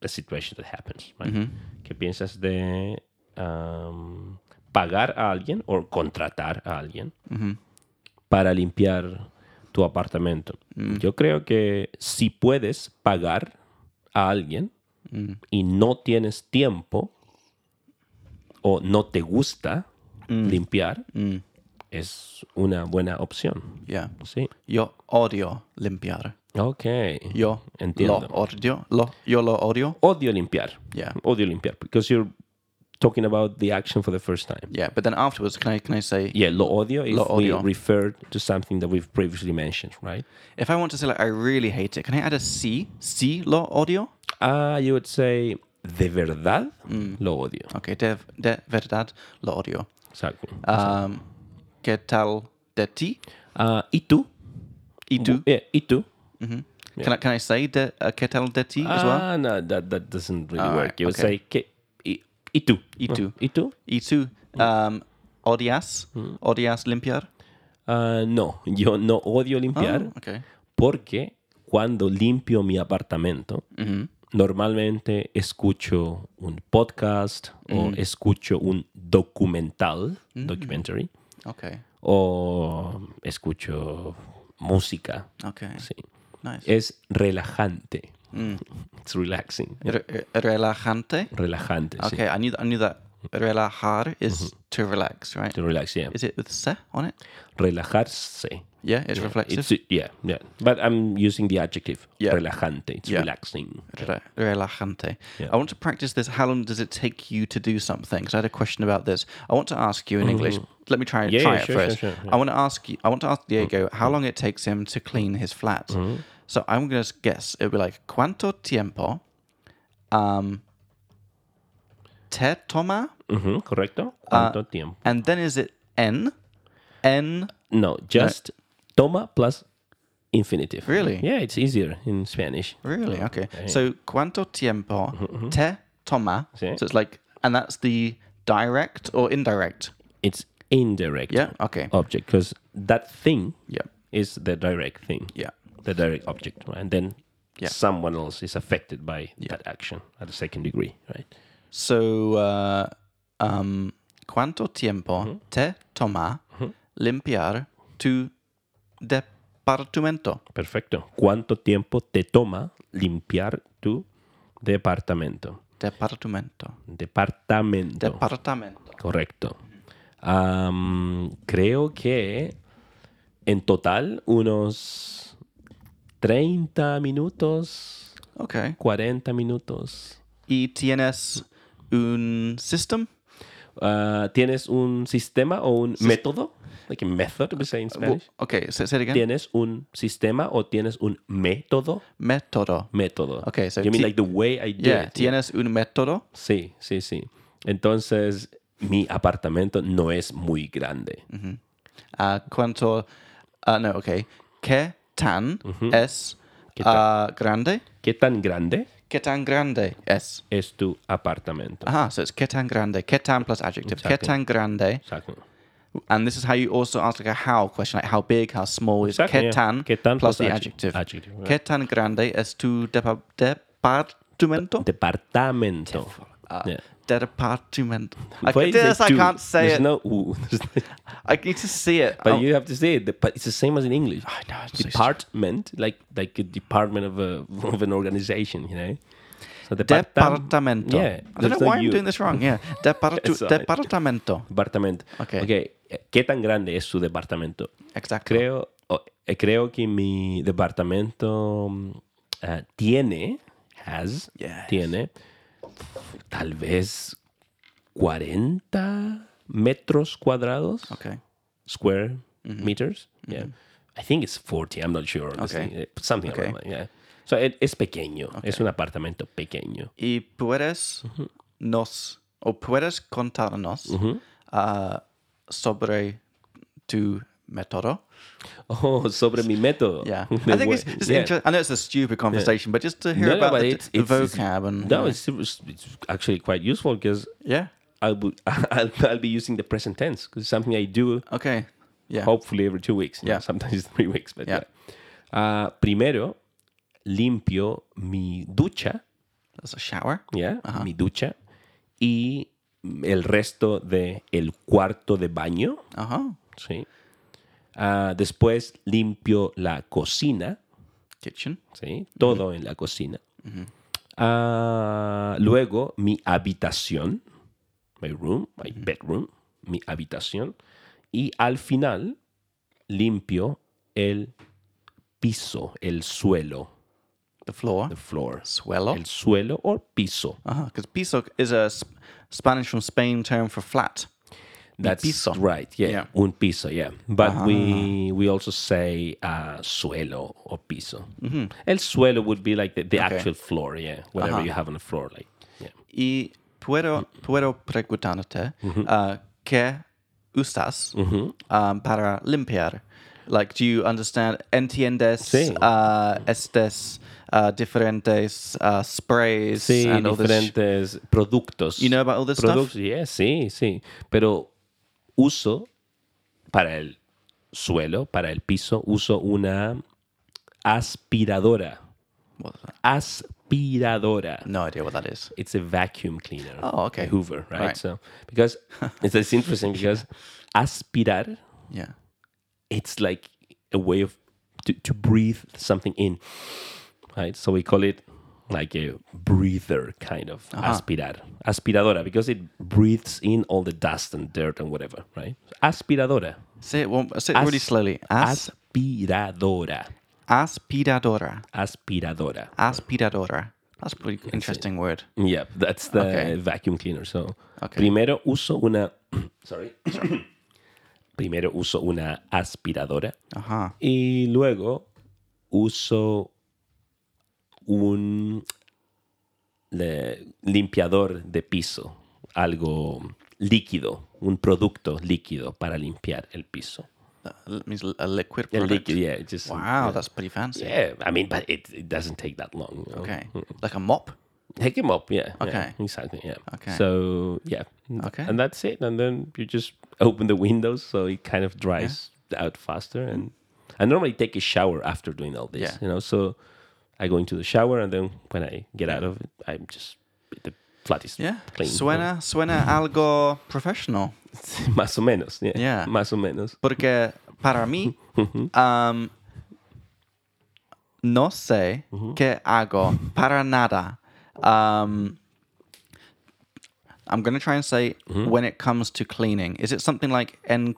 the situation that happens? Right? ¿Qué piensas de um, pagar a alguien o contratar a alguien para limpiar tu apartamento? Yo creo que si puedes pagar a alguien y no tienes tiempo, o no te gusta
Mm.
limpiar, es una buena opción.
Yeah.
Sí.
Yo odio limpiar.
Ok.
Yo
Entiendo. Hmm.
lo odio. Lo, yo lo odio.
Odio limpiar.
Yeah.
Odio limpiar. Because you're talking about the action for the first time.
Yeah, but then afterwards, can I, can I say...
Yeah, lo odio is
Lo odio.
we refer to something that we've previously mentioned, right?
If I want to say like I really hate it, can I add a C? C lo audio?
Ah, you would say, de verdad,
Mm.
lo odio.
Okay, de, de verdad lo audio.
Exacto.
Um, ¿Qué tal de ti?
Ah, ¿Y tú?
¿Y tú?
Yeah, ¿Y tú?
Can I can I say de uh, ¿Qué tal de ti as well?
Ah, no, that, that doesn't really
Ah,
work. You would
okay.
say, ¿qué? ¿Y, y tú?
¿Y tú?
¿Y tú?
¿Y tú? E
Mm.
Um, odias? Odias limpiar?
Ah, no, yo no odio limpiar
Oh, okay.
porque cuando limpio mi apartamento, normalmente escucho un podcast o escucho un documental, documentary,
Okay.
o escucho música.
Okay.
Sí.
Nice.
Es relajante.
Mm.
It's relaxing.
Re- relajante.
Relajante, sí.
Okay, I knew I knew that relajar is to relax, right?
Mm-hmm. To relax, yeah.
Is it with se on it?
Relajarse.
Yeah, it's reflexive.
It's, yeah, yeah. But I'm using the adjective.
Yeah.
Relajante. It's
Yeah.
relaxing.
Rela- Relajante.
Yeah.
I want to practice this. How long does it take you to do something? Because I had a question about this. I want to ask you in English. Let me try,
Mm. Yeah,
try
yeah,
it
sure,
first.
sure, sure, yeah. Mm.
I want to ask you. I want to ask Diego how long it takes him to clean his flat.
Mm-hmm.
So I'm going to guess it would be like cuánto tiempo um, te toma,
Ujú, Ah, correcto. ¿Cuánto tiempo?
and then is it n n
No, just toma plus infinitive.
Really?
Yeah, it's easier in Spanish.
really okay. So cuánto tiempo
Mm-hmm,
te toma?
Sí.
So it's like, and that's the direct or indirect.
It's indirect
Yeah. Okay.
object because that thing
Yeah.
is the direct thing.
Yeah.
The direct object, right? And then
Yeah.
someone else is affected by that action at a second degree, right?
So, uh, um, ¿cuánto tiempo
Mm-hmm.
te toma limpiar tu departamento?
Perfecto. ¿Cuánto tiempo te toma limpiar tu departamento?
Departamento.
Departamento.
Departamento.
Correcto. Am, creo que en total unos 30 minutos,
Okay.
40 minutos.
¿Y tienes un system?
Ah, ¿Tienes un sistema o un método? Like a method, we
Uh,
say in Spanish.
Okay, say, say it again.
¿Tienes un sistema o tienes un método?
Método.
Método.
Okay, so
you mean
ti-
like the way I do
Yeah,
it?
tienes un método.
Sí, sí, sí. Entonces, mi apartamento no es muy grande.
Uh, ¿Cuánto? Uh, no, okay. ¿Qué tan es
Mm-hmm. tan?
uh, grande?
¿Qué tan grande?
¿Qué tan grande es?
es tu apartamento.
Aha, Ah, so it's qué tan grande. Qué tan plus adjective. Qué
Exactly.
tan grande.
Exacto.
And this is how you also ask like a how question, like how big, how small is
Exactly,
qué
yeah.
tan,
Qué tan
plus,
plus
the
adj-
adjective.
adjective, right.
Qué tan grande es tu depa- departamento?
Departamento.
Uh,
Yeah.
Departamento. I,
Why
can-
is
this,
there
I
two?
can't say
There's
it.
No, ooh. There's no-
I need to see it.
but
Oh,
you have to say it. The- But it's the same as in English.
I know, it's so stupid.
department, like like a department of a of an organization, you know. So departam-
Departamento. I
Yeah.
don't
there's
know
no
why I'm
you.
doing this wrong. Yeah. Depart-
It's all right.
departamento.
Departamento.
Okay.
okay. eh, ¿Qué tan grande es su departamento?
Exactly.
Creo, o- eh, creo que mi departamento mm, ah, tiene, has,
Yes.
tiene, tal vez 40 metros cuadrados,
Okay.
square meters. Yeah. I think it's 40, I'm not sure. honestly.
Okay.
Eh, Something
Okay.
around that, yeah. So, e- es pequeño, es un apartamento pequeño.
Y puedes nos o puedes contarnos ah, sobre tu método.
Oh, sobre mi método.
Yeah.
De
I think it's,
hue-
it's
yeah.
interesting. I know it's a stupid conversation, but just to hear
No, no,
about
but
the,
it's,
the
it's, it's-
vocab and
no, it's, it's it's actually quite useful because
yeah.
I would I'll, I'll be using the present tense because it's something I do
Okay. Yeah.
hopefully every two weeks. you know,
Yeah.
sometimes three weeks, but
Yeah.
yeah. Uh, primero limpio mi ducha,
That's a shower.
yeah,
Uh-huh.
mi ducha y el resto de el cuarto de baño,
Uh huh.
sí. Ah, después limpio la cocina,
Kitchen.
¿sí? Todo en la cocina. Ah, luego, mi habitación, my room, my bedroom, mi habitación. Y al final, limpio el piso, el suelo,
The floor.
the floor.
Suelo.
El suelo o piso.
Uh huh. Because piso is a sp- Spanish from Spain term for flat.
That's
piso.
right, yeah.
Yeah.
Un piso, yeah. But we we also say uh, suelo or piso. El suelo would be like the, the actual floor, yeah. Whatever you have on the floor, like, yeah.
Y puedo puedo preguntarte
Mm-hmm.
uh, qué usas um, para limpiar. Like, do you understand? Entiendes
Sí.
uh, estes uh, diferentes uh, sprays
Sí,
and all this. sh-
diferentes productos.
You know about all this
Product-
stuff?
yeah, sí, sí. Pero uso para el suelo, para el piso, uso una aspiradora.
What is that?
Aspiradora.
No idea what that is.
It's a vacuum cleaner.
Oh, okay.
A Hoover, right?
Right.
So because it's, it's interesting because aspirar,
Yeah.
it's like a way of to, to breathe something in, right? So we call it like a breather kind of aspirar, aspiradora, because it breathes in all the dust and dirt and whatever, right? Aspiradora,
Say it, one, say it really
As-
slowly. As,
aspiradora,
aspiradora.
aspiradora.
Aspiradora. That's a pretty interesting word.
Yeah, that's the
Okay.
vacuum cleaner. So
Okay.
primero uso una, sorry, primero uso una aspiradora.
Ajá.
Y luego uso un le- limpiador de piso, algo líquido, un producto líquido para limpiar el piso.
That l- means l- a liquid
El
product.
líquido, yeah, just
Wow, that's pretty fancy.
yeah. I mean, but it, it doesn't take that long. you know.
Okay. Like a mop.
Take him up, yeah. yeah,
Okay.
exactly, yeah.
Okay.
So yeah,
Okay.
and that's it. And then you just open the windows so it kind of dries out faster. And I normally take a shower after doing all this,
Yeah.
you know. So I go into the shower, and then when I get out of it, I'm just the flat is
Yeah.
clean.
Suena, suena algo professional.
más o menos, yeah,
Yeah.
más o menos.
Porque para mí, um, no sé qué hago para nada. Um, I'm going to try and say when it comes to cleaning. Is it something like en,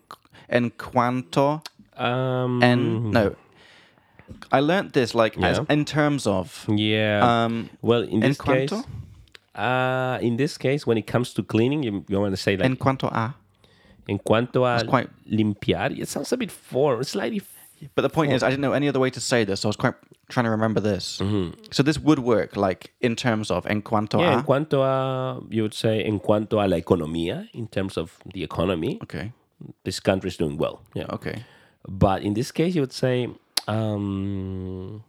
en cuanto?
Um,
En, no. I learnt this like as,
Yeah.
in terms of.
yeah.
Um,
well, in
en
this case,
cuanto?
uh, in this case, when it comes to cleaning, you, you want to say like
en cuanto a.
En cuanto a
It's quite-
limpiar, it sounds a bit foreign, slightly.
But the
Oh.
point is, I didn't know any other way to say this, so I was quite trying to remember this.
Mm-hmm.
So this would work, like in terms of en cuanto
Yeah,
a.
en cuanto a, you would say, en cuanto a la economía, in terms of the economy,
okay,
this country is doing well. Yeah.
okay.
But in this case, you would say, um,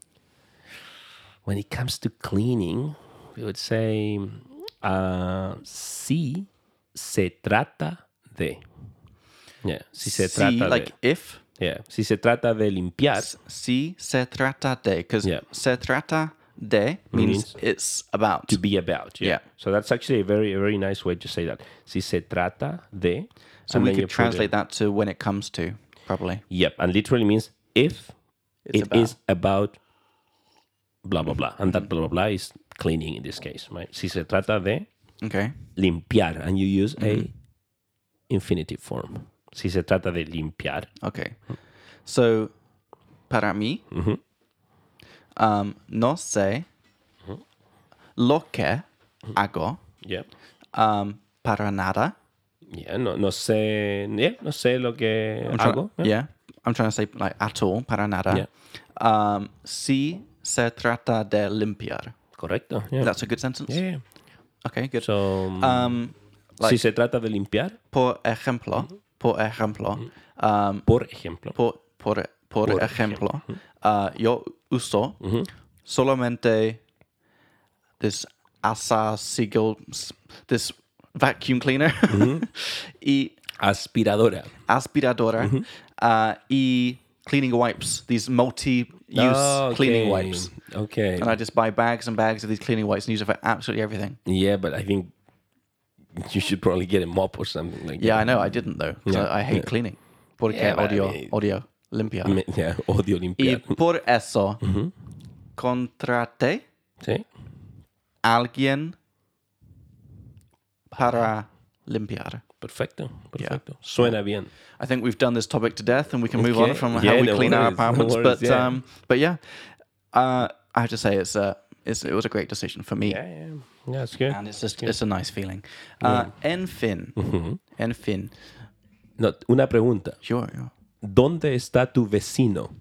when it comes to cleaning, we would say, uh, si se trata de. Yeah, si se
Si,
trata
like
de.
if.
Yeah, si se trata de limpiar.
Si se trata de. Because
Yeah.
se trata de means
Means-
it's about.
to be about. Yeah.
Yeah.
So that's actually a very, a very nice way to say that. Si se trata de.
So
and
we
then
could
you put it-
translate that to when it comes to, probably.
Yep. And literally means if
It's
it's
about.
about blah, blah, blah. And that blah, blah, blah is cleaning in this case, right? Si se trata de
Okay.
limpiar. And you use a
Mm-hmm.
infinitive form. Si se trata de limpiar.
Okay. So, para mí,
Mm-hmm.
um, no sé
Mm-hmm.
lo que hago
Yeah.
um, para nada.
Yeah. No, no sé. Yeah. No sé lo que
I'm trying-
hago.
yeah. I'm trying to say like at all, para nada. Um, si se trata de limpiar.
Correcto. Yeah.
That's a good sentence.
yeah. yeah.
Okay, good.
So,
um, like,
si se trata de limpiar,
por ejemplo, por ejemplo, um,
por ejemplo.
por, por, por, ejemplo, uh, yo uso solamente this Asa Siegel, s- this vacuum cleaner y
aspiradora.
aspiradora
Mm-hmm.
uh, y cleaning wipes, these multi-use
Oh,
cleaning
okay.
wipes.
Okay.
And I just buy bags and bags of these cleaning wipes and use it for absolutely everything.
Yeah, but I think you should probably get a mop or something like
Yeah, I know. I didn't though. 'cause I, I hate cleaning. Porque
Yeah, but I
audio,
mean-
audio limpia.
that. Me- Yeah, Mm-hmm. o de
Y
limpiar.
por eso contraté
¿Sí?
alguien para limpiar.
Perfecto, perfecto. Suena bien.
I think we've done this topic to death, and we can move on
Okay.
from
Yeah,
how we
no
clean our
worries, no
apartments.
worries,
but
yeah.
um, but yeah, uh, I have to say it's a it's, it was a great decision for me,
Yeah, yeah, yeah, it's good.
and it's just it's a nice feeling. Uh, Enfin,
Mm-hmm.
enfin,
No, una pregunta.
sure. yeah.
¿Dónde está tu vecino?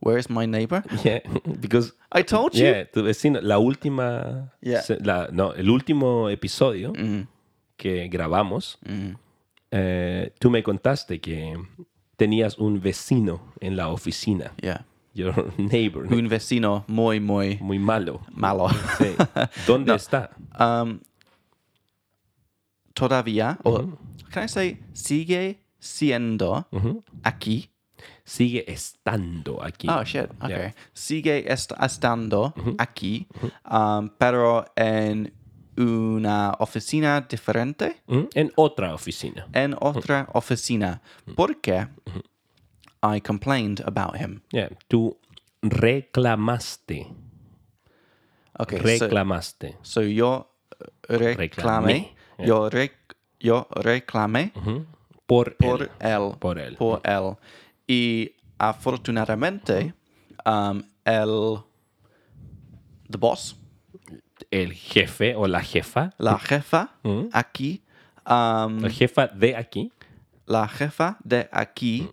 Where is my neighbor?
Yeah, because
I told you.
yeah, tu vecino, la última,
Yeah. Mm.
se- la- no, el último episodio que grabamos, eh, tú me contaste que tenías un vecino en la oficina,
Yeah.
your neighbor, ¿no?
Un vecino muy muy
muy malo.
malo.
Sí. ¿Dónde está?
Todavía,
Oh.
or can I say sigue siendo
Mm-hmm.
aquí?
Sigue estando aquí.
Oh shit. Okay. Sigue est- estando aquí, um, pero en una oficina diferente,
¿Mm? En otra oficina.
en otra oficina, porque I complained about him.
Yeah. Tú reclamaste.
Okay. so-
Reclamaste.
So yo uh, reclamé,
Reclamé.
yo rec, yo reclamé
Por,
por
él.
él,
Por él.
por él. Y afortunadamente, um, el, the boss,
el jefe o la jefa.
la jefa aquí, um,
La jefa de aquí.
la jefa de aquí,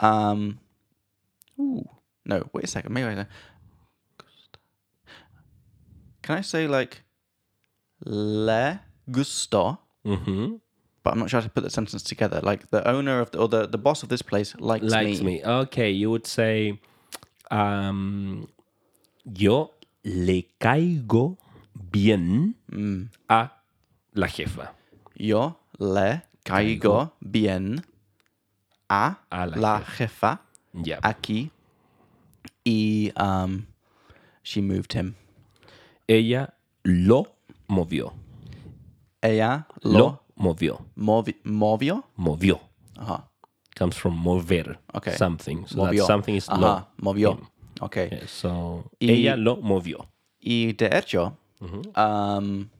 um, ooh, no, wait a second, maybe I can I say like le gusto?
Ujú.
but I'm not sure how to put the sentence together. Like the owner of the, or the, the boss of this place likes,
Likes
me.
me. Okay. You would say. um, yo le caigo bien
Mm.
a la jefa.
Yo le caigo bien a,
A la
la jefa
Yeah.
aquí. Y um, she moved him.
Ella lo movió.
Ella lo,
Lo movió.
movi- movió.
Movió.
Ajá.
comes from mover
Okay.
something. So
Movió.
that something is
Ajá.
lo.
Movió. Okay.
Yeah, So
Y-
ella lo movió.
Y de hecho,
Mm-hmm.
um,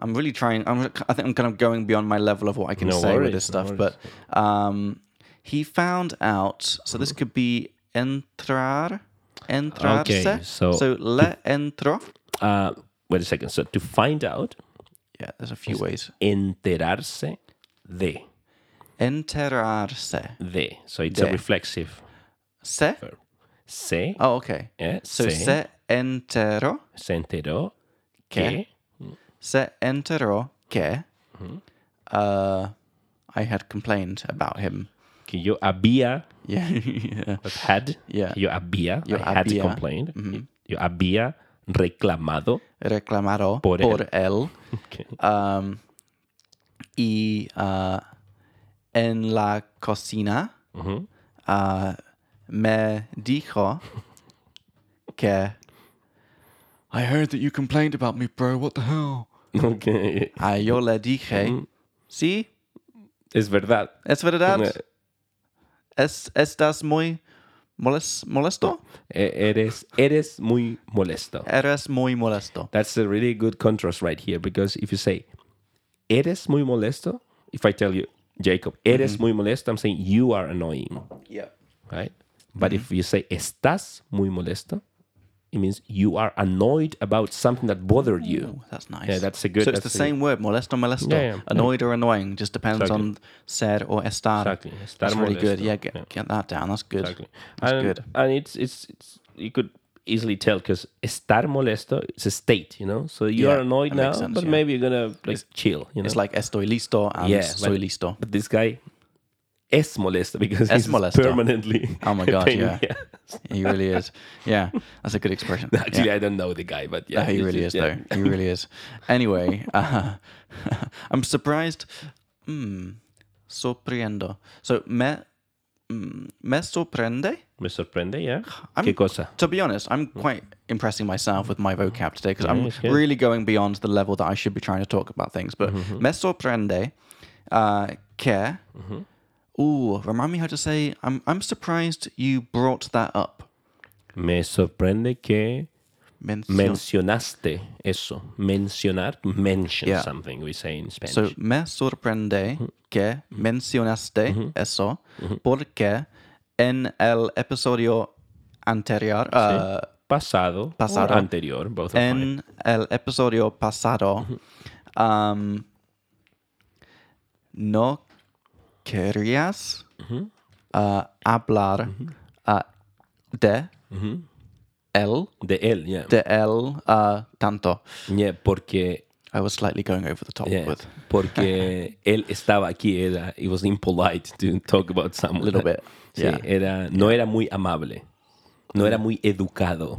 I'm really trying. I'm, I think I'm kind of going beyond my level of what I can
No
say with
worries,
this
no
stuff. but um, he found out. So
Mm-hmm.
this could be entrar, entrarse.
Okay, so-
le entro.
Uh, wait a second. So to find out,
Yeah, there's a few ways.
enterarse de
Enterarse.
de. So it's
De.
a reflexive
Se.
verb. Se,
Oh, okay.
eh,
So
se,
se enteró.
se enteró
Que.
que
Se enteró que uh, I had complained about him.
que yo había
Yeah. yeah.
had
Yeah.
yo había
Yo
I had
había. Mm-hmm.
complained yo había reclamado.
reclamado
Por
por, él.
él.
Um, y ah, en la cocina
Ujú.
ah, me dijo que I heard that you complained about me, bro. What the hell?
Ok.
Ah, yo le dije, sí,
Es verdad.
es verdad.
Eh,
Es, estás muy moles- molesto.
e, Eres, eres muy molesto.
Eres muy molesto.
That's a really good contrast right here because if you say, eres muy molesto, if I tell you, Jacob, eres
Mm-hmm.
muy molesto, I'm saying you are annoying,
Yeah.
right? But
Mm-hmm.
if you say estás muy molesto, it means you are annoyed about something that bothered you.
That's nice.
Yeah, that's a good-
So it's the
that's a
same word, molesto, molesto.
Yeah, yeah.
Annoyed or annoying, just depends
Exactly.
on ser or estar.
Exactly. Estar
that's really
molesto.
good. Yeah, get,
Yeah.
get that down. That's good.
Exactly.
That's
and,
good.
And it's, it's, it's, you could easily tell because estar molesto, it's a state, you know? So you
Yeah,
are annoyed
that
now,
makes sense,
but
yeah.
maybe you're going to like chill, you know?
It's like estoy listo and
Yeah,
soy
but-
listo.
But this guy es molesto because
Es
he's
molesto.
permanently.
Oh my God,
paying-
yeah. He really is. Yeah, that's a good expression.
Actually,
yeah.
I don't know the guy, but yeah,
No, he
it's
really is,
just- yeah.
though. He really is. Anyway, uh, I'm surprised. Mm, sorprendo. So, me, mm, me sorprende?
Me sorprende, yeah.
I'm-
¿Qué cosa?
To be honest, I'm quite impressing myself with my vocab today because
Mm. it's
I'm
good.
really going beyond the level that I should be trying to talk about things. But
Mm-hmm.
me sorprende uh, que. Ooh, remind me how to say. I'm I'm surprised you brought that up.
Me sorprende que
Mencio-
mencionaste eso. Mencionar, mention
Yeah.
something, we say in Spanish.
so me sorprende
Mm-hmm.
que mencionaste eso porque en el episodio anterior. Uh,
pasado,
Pasado.
or anterior, both are fine.
en el episodio pasado um, no querías uh, hablar uh, de él
De él, yeah.
de él uh, tanto.
Yeah, porque,
I was slightly going over the top
yeah,
with
porque él estaba aquí, era, it was impolite to talk about someone.
a little bit.
Sí,
yeah,
era, no era muy amable. No era muy educado.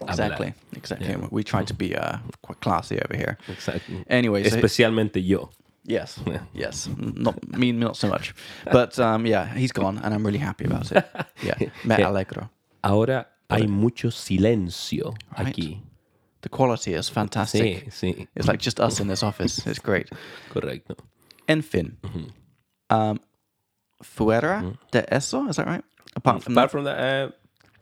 hablar.
exactly, exactly. We tried to be uh, quite classy over here.
Exactly.
Anyway, so
Especialmente yo.
Yes, yes. N- Not me, not so much. But um, yeah, he's gone, and I'm really happy about it. Yeah, me alegro.
Ahora hay mucho silencio aquí.
The quality is fantastic.
Sí, sí.
It's like just us in this office. It's great.
Correcto.
Enfin,
Mm-hmm.
um, fuera de eso, is that right? Apart from
Apart
that,
from that, uh,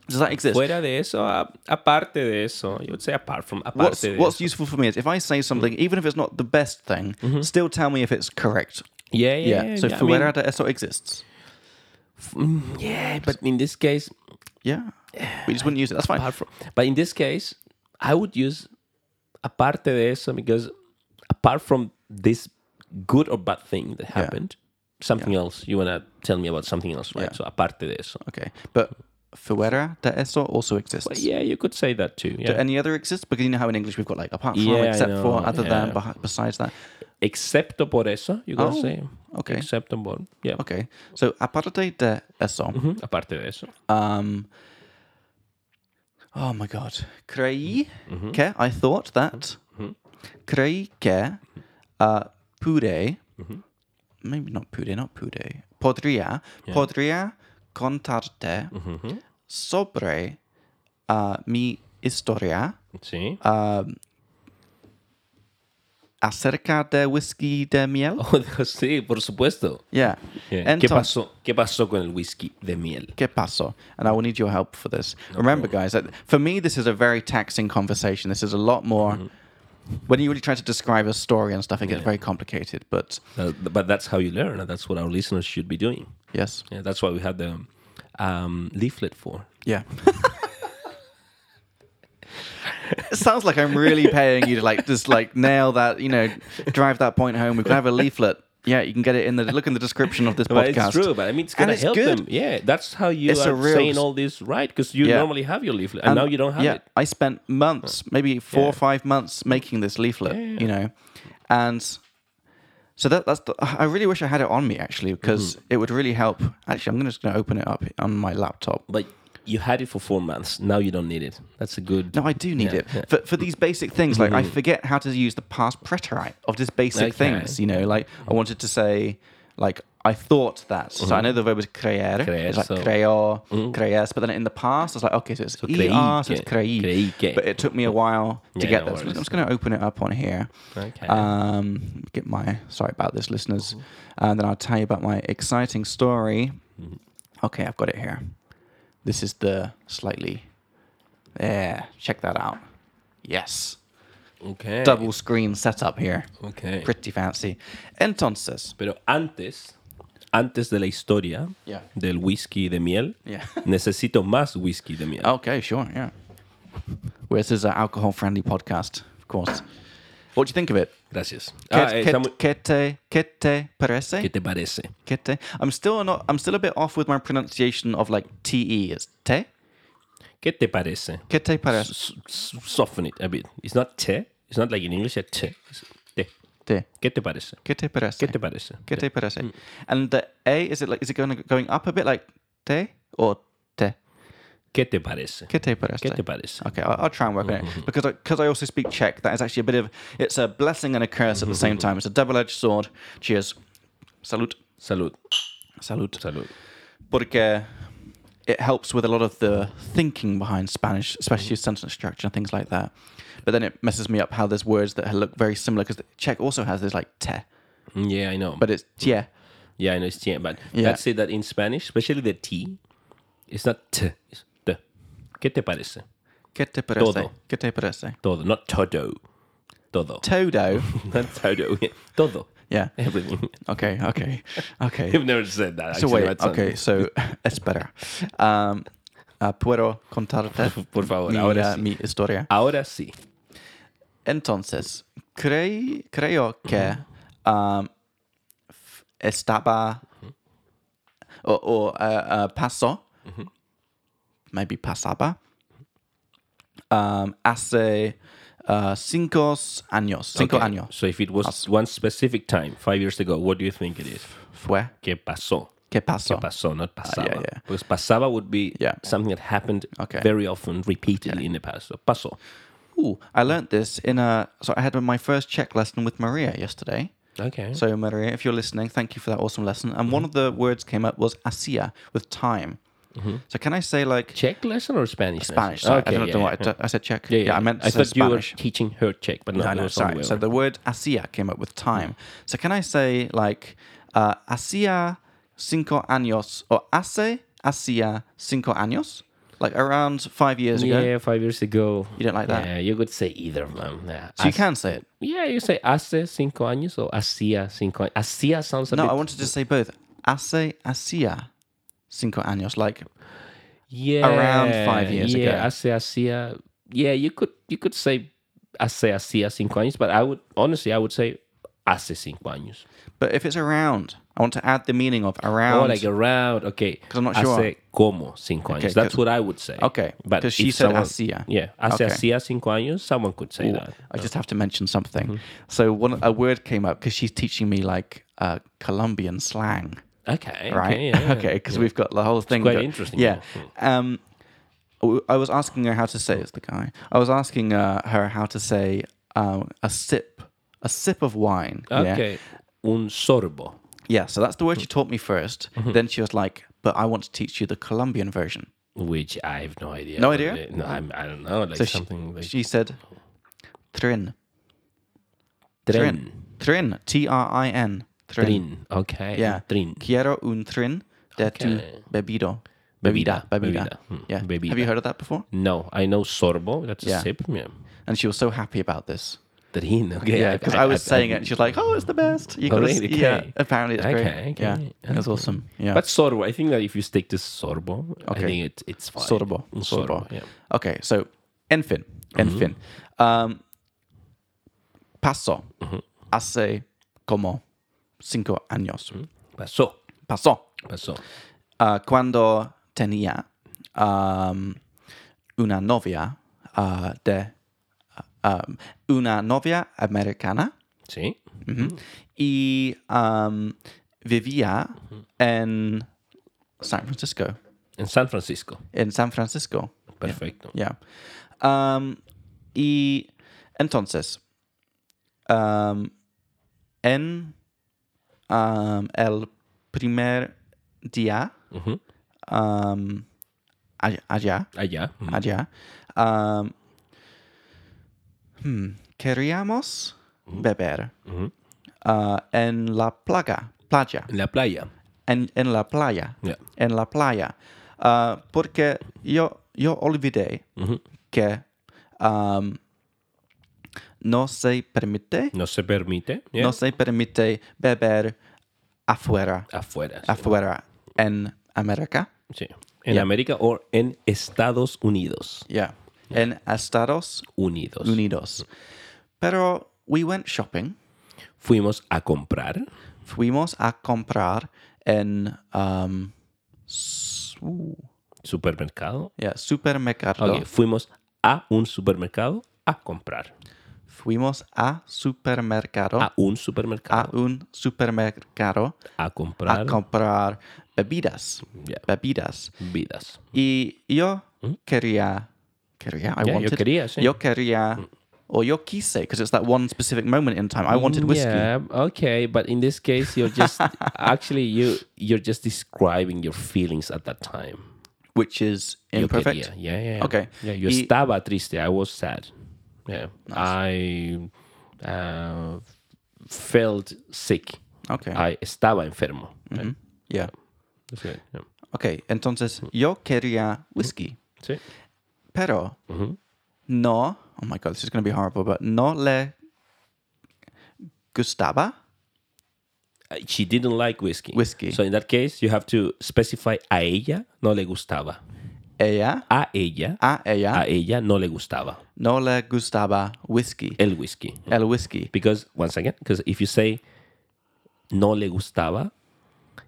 does that exist?
fuera de eso, a- aparte de eso, you would say apart from, aparte
What's,
de
what's
eso. Mm-hmm.
useful for me is if I say something, even if it's not the best thing, still tell me if it's correct. Yeah.
Yeah, Mm-hmm. yeah, yeah.
so
yeah. I mean,
fuera de eso exists.
mm, yeah, but in this case,
Yeah. We just wouldn't use it. That's fine.
apart from, but in this case, I would use aparte de eso because apart from this good or bad thing that happened, something else you wanna tell me about something else, right? So aparte de eso.
Okay. But fuera de eso also exists.
Yeah, you could say that too. Yeah.
any other exists? Because you know how in English we've got like apart from,
Yeah, I
except for,
know,
other than,
yeah.
behi- besides that.
Excepto por eso, you could
Oh,
say.
okay.
Excepto por. Yeah.
Okay, so aparte de eso,
Mhm, Aparte de eso.
um, oh my god, creí
Mm-hmm.
que I thought that creí que uh, pude,
Mm-hmm.
maybe not pude, not pude, podría, podría contarte
Mm-hmm.
sobre uh, mi historia.
Sí.
Ah. acerca de whisky de miel.
Oh, sí, por supuesto.
Yeah.
Yeah. ¿Qué,
Entonces-
pasó, ¿Qué pasó con el whisky de miel?
¿Qué pasó? And I will need your help for this. Remember, guys, that for me, this is a very taxing conversation. This is a lot more. When you really try to describe a story and stuff, it gets very complicated. But
Uh, but that's how you learn, and that's what our listeners should be doing.
yes,
Yeah, that's what we had the um, leaflet for.
yeah. it sounds like I'm really paying you to like just like nail that, you know, drive that point home. We can have a leaflet. Yeah, you can get it in the look in the description of this
But
podcast.
it's true, but I mean, it's
And
gonna
it's
help
good.
them. Yeah, that's how you
It's a
are
real-
saying all this right because you
Yeah.
normally have your leaflet, and, now you don't have
yeah,
it.
I spent months, maybe four or five months making this leaflet, you know, and so that that's the, I really wish
Mm-hmm.
I had it on me actually because it would really help. Actually, I'm gonna- just going to open it up on my laptop.
But you had it for four months. Now you don't need it. That's a good.
No, I do need
Yeah,
it
yeah.
for, for these basic things. Like I forget how to use the past preterite of just basic
Okay. Mm-hmm.
things. You know, like I wanted to say, like I thought that. So I know the verb is creer.
Creer,
it's like
so- Mm-hmm.
creo, crees. But then in the past, it's like okay, so it's
creí
er, so
que-
it's creí.
creí que.
But it took me a while to
Yeah,
get
no
there. So I'm
worries.
just going to open it up on here.
Okay.
Um, get my sorry about this, listeners, and then I'll tell you about my exciting story.
Mm-hmm.
Okay, I've got it here. This is the slightly. There, check that out. Yes,
okay.
double screen setup here.
Okay.
Pretty fancy. Entonces,
Pero antes, antes de la historia
Yeah.
del whisky de miel,
Yeah. Oh.
necesito más whisky de miel.
okay, sure, yeah. Well, this is an alcohol-friendly podcast, of course. What do you think of it?
Gracias.
Que,
Ah, eh,
que,
está muy-
que te, que te parece?
¿Qué te parece?
Kete. I'm still not. I'm still a bit off with my pronunciation of like te. It's te.
¿Qué te parece?
Kete pares.
S- s- Soften it a bit. It's not te. It's not like in English, it's te. It's te.
Te.
¿Qué te parece?
Kete Mm. pares.
¿Qué te parece?
Kete pares. And the a is it like is it going going up a bit like te or te?
¿Qué te parece?
Kete Mm-hmm. pares.
¿Qué te parece?
Okay, I'll, I'll try and work on it because I, cause I also speak Czech. That is actually a bit of it's a blessing and a curse at the same time. It's a double-edged sword. Cheers. Salute.
Salud.
Salute.
Salud.
Porque it helps with a lot of the thinking behind Spanish, especially
Mm-hmm.
sentence structure and things like that. But then it messes me up how there's words that look very similar because Czech also has this like te,
Mm, Yeah, I know.
but it's
Mm-hmm.
yeah.
yeah, I know it's te. But
Yeah.
let's say that in Spanish, especially the T, it's not te. It's te. ¿Qué te parece?
¿Qué te parece?
Todo.
¿Qué te parece?
Todo. Not todo. Todo.
Todo.
not todo. yeah. Todo.
Yeah.
Everything.
Okay. Okay. Okay.
I've never said that.
so
actually,
wait.
that's not-
Okay. So it's better. Um, uh, puedo contarte
Por favor,
mi,
ahora
uh,
sí.
mi historia.
Ahora sí.
Entonces, crei- creo que um, f- estaba o, o, uh, uh, pasó, maybe pasaba, um, hace uh, cinco años. Cinco
Okay,
años
So if it was one specific time, five years ago, what do you think it is?
fue
¿Qué pasó?
que pasó.
¿Qué pasó? Not pasaba.
Oh. Ah, yeah.
Because pasaba would be
Yeah.
something that happened
Okay.
very often, repeatedly in the past. So pasó.
Ooh, I learnt this in a. So I had my first Czech lesson with Maria yesterday.
Okay.
So Maria, if you're listening, thank you for that awesome lesson. And one of the words came up was asia with time. So can I say like
Czech lesson or Spanish?
Spanish.
Lesson?
Sorry, I don't
yeah,
know
yeah.
what I, I said Czech.
Yeah, yeah,
I meant to
I
say
thought you were
Spanish.
teaching her Czech, but no,
I
it
know,
was somewhere
sorry. So
around.
the word asia came up with time. So can I say like uh, asia cinco años or hace asia cinco años? Like around five years ago.
yeah, five years ago.
You don't like that?
Yeah, you could say either of them. Yeah.
So you
As-
can say it.
Yeah, you say hace cinco años or hacía cinco años. Hacía sounds a
No,
bit.
I wanted to say both. Hace asia cinco años. Like
yeah,
five years
yeah,
ago.
Hace hacía. uh, Yeah, you could you could say hace hacía cinco años, but I would honestly I would say hace cinco años.
but if it's around, I want to add the meaning of around.
Or Oh, like around. Okay, because
I'm not sure.
Hace como cinco años.
Okay,
That's
'cause-
what I would say.
okay,
but
'cause she
if
said
someone-
hacía.
Yeah, hace
Okay.
hacía cinco años. Someone could say that.
I just have to mention something.
Mm-hmm.
So one a word came up because she's teaching me like uh, Colombian slang,
Okay,
right?
Okay, yeah, yeah.
okay, because we've got the whole thing.
quite
go-
interesting,
Yeah.
yeah.
Um, w- I was asking her how to say it's the guy. I was asking uh, her how to say um, a sip, a sip of wine. yeah?
Okay. Mm-hmm. Un sorbo.
Yeah. So that's the word she taught me 1st Then she was like, "But I want to teach you the Colombian version."
Which I have no idea.
No
what
idea?
it- No, I'm, I don't know. Like
So she-
something like
She said, "Trin,
tren.
trin, T R I N, trin."
Trin. Okay.
Yeah.
Trin.
Quiero un trin de tu
Okay.
bebido.
Bebida,
Bebida. Bebida.
bebida. Hmm,
Yeah.
bebida.
Have you heard of that before?
No, I know sorbo. That's
Yeah.
a sip. Yeah.
And she was so happy about this.
Trin. Okay.
Yeah, because I, was saying it and she was like, oh, it's the best. You
Oh,
gotta
really?
s- Yeah,
Okay.
apparently it's
Okay,
great.
okay,
Yeah, it was
okay.
awesome. Yeah.
But sorbo, I think that if you stick to sorbo,
Okay.
I think it, it's fine.
Sorbo.
Un
Sorbo.
sorbo, yeah.
Okay, so enfin,
Mm-hmm.
enfin. Um, pasó
Mm-hmm.
hace como cinco años.
Mm-hmm. Pasó.
Pasó
Pasó.
uh, cuando tenía um, una novia uh, de um, una novia americana
Sí.
y um, vivía en San Francisco.
En San Francisco.
en San Francisco.
Perfecto.
Ya. Am, y entonces, am, en am, el primer día,
Ujú.
am, all- allá,
Allá. Mm, Ujú.
allá, am, hmm, queríamos beber
Ujú.
ah, en la plaga, playa,
mm. En la playa.
en, en la playa,
Ya.
en la playa, Ah, porque yo, yo olvidé
Ujú.
que um, no se permite,
No se permite. ya.
no se permite beber afuera,
Afuera. sí.
afuera en América,
Sí. En América o en Estados Unidos.
yeah, en Estados
Unidos.
Unidos. Pero we went shopping,
Fuimos a comprar.
fuimos a comprar en um, su-
Supermercado.
yeah, supermercado,
Ok, Fuimos a un supermercado a comprar.
fuimos a supermercado,
A un
a
supermercado
un supermercado
a
a
comprar
comprar bebidas,
ya,
bebidas.
vidas.
Y yo quería, quería, I
Mm. Yeah, yo
wanted,
quería, sí. Mm.
yo quería, or yo quise, because it's that one specific moment in time. I wanted whiskey.
Yeah, okay, but in this case, you're just actually you you're just describing your feelings at that time.
which is
Yo
imperfect.
quería. Yeah, yeah, yeah.
Okay.
Yeah, yo
Y-
estaba triste. I was sad. Yeah, I uh, felt sick.
Okay.
I estaba enfermo.
Mm, yeah.
That's good, yeah.
Okay. Entonces,
Mm.
yo quería whiskey,
Sí.
pero
Mm-hmm.
no, oh my God, this is going to be horrible, but no le gustaba.
Uh, She didn't like whiskey.
Whiskey.
So in that case, you have to specify a ella no le gustaba.
Ella,
A ella,
a ella,
a ella no le gustaba
no le gustaba whiskey.
el whisky.
El whiskey.
Because once again, because if you say no le gustaba,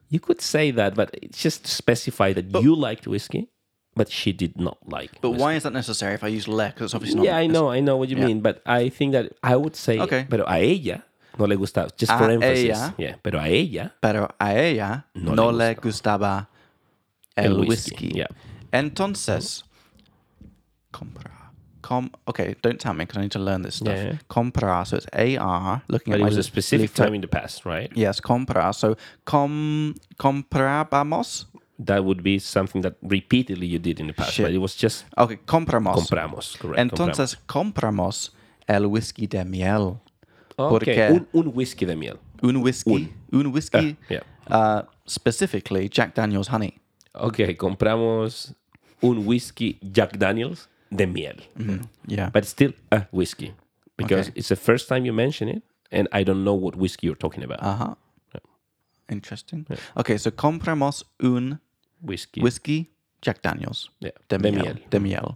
you could say that, but it's just to specify that you liked whiskey, but she did not like.
But
whiskey.
why is that necessary if I use le? Because it's obviously not.
yeah, I know, I know what you
Yeah.
mean, but I think that I would say,
Okay.
pero a ella no le gustaba, just for
A
emphasis.
ella.
Yeah, pero a ella
pero a ella no,
No
le,
le
gustaba el,
El
whisky.
whisky, yeah.
Entonces, compra. Com okay, don't tell me because I need to learn this stuff.
Yeah.
Compra, so it's AR, looking at
But it
my
was a specific
leaflet.
time in the past, right?
Yes, compra. So com comprábamos.
That would be something that repeatedly you did in the past,
Shit.
but it was just
Okay, compramos.
compramos, correct? compramos.
Entonces, compramos el whisky de miel.
Okay,
porque-
un, un whisky de miel.
Un whisky, un, whisky,
Ah, yeah.
uh, specifically Jack Daniel's honey.
Ok, compramos un whisky Jack Daniels de miel.
Yeah.
But still a whisky. Because
Okay.
it's the first time you mention it, and I don't know what whiskey you're talking about.
Ajá. Interesting. Okay, so compramos un
whiskey.
whisky Jack Daniels
yeah,
de,
Eh.
miel, De miel.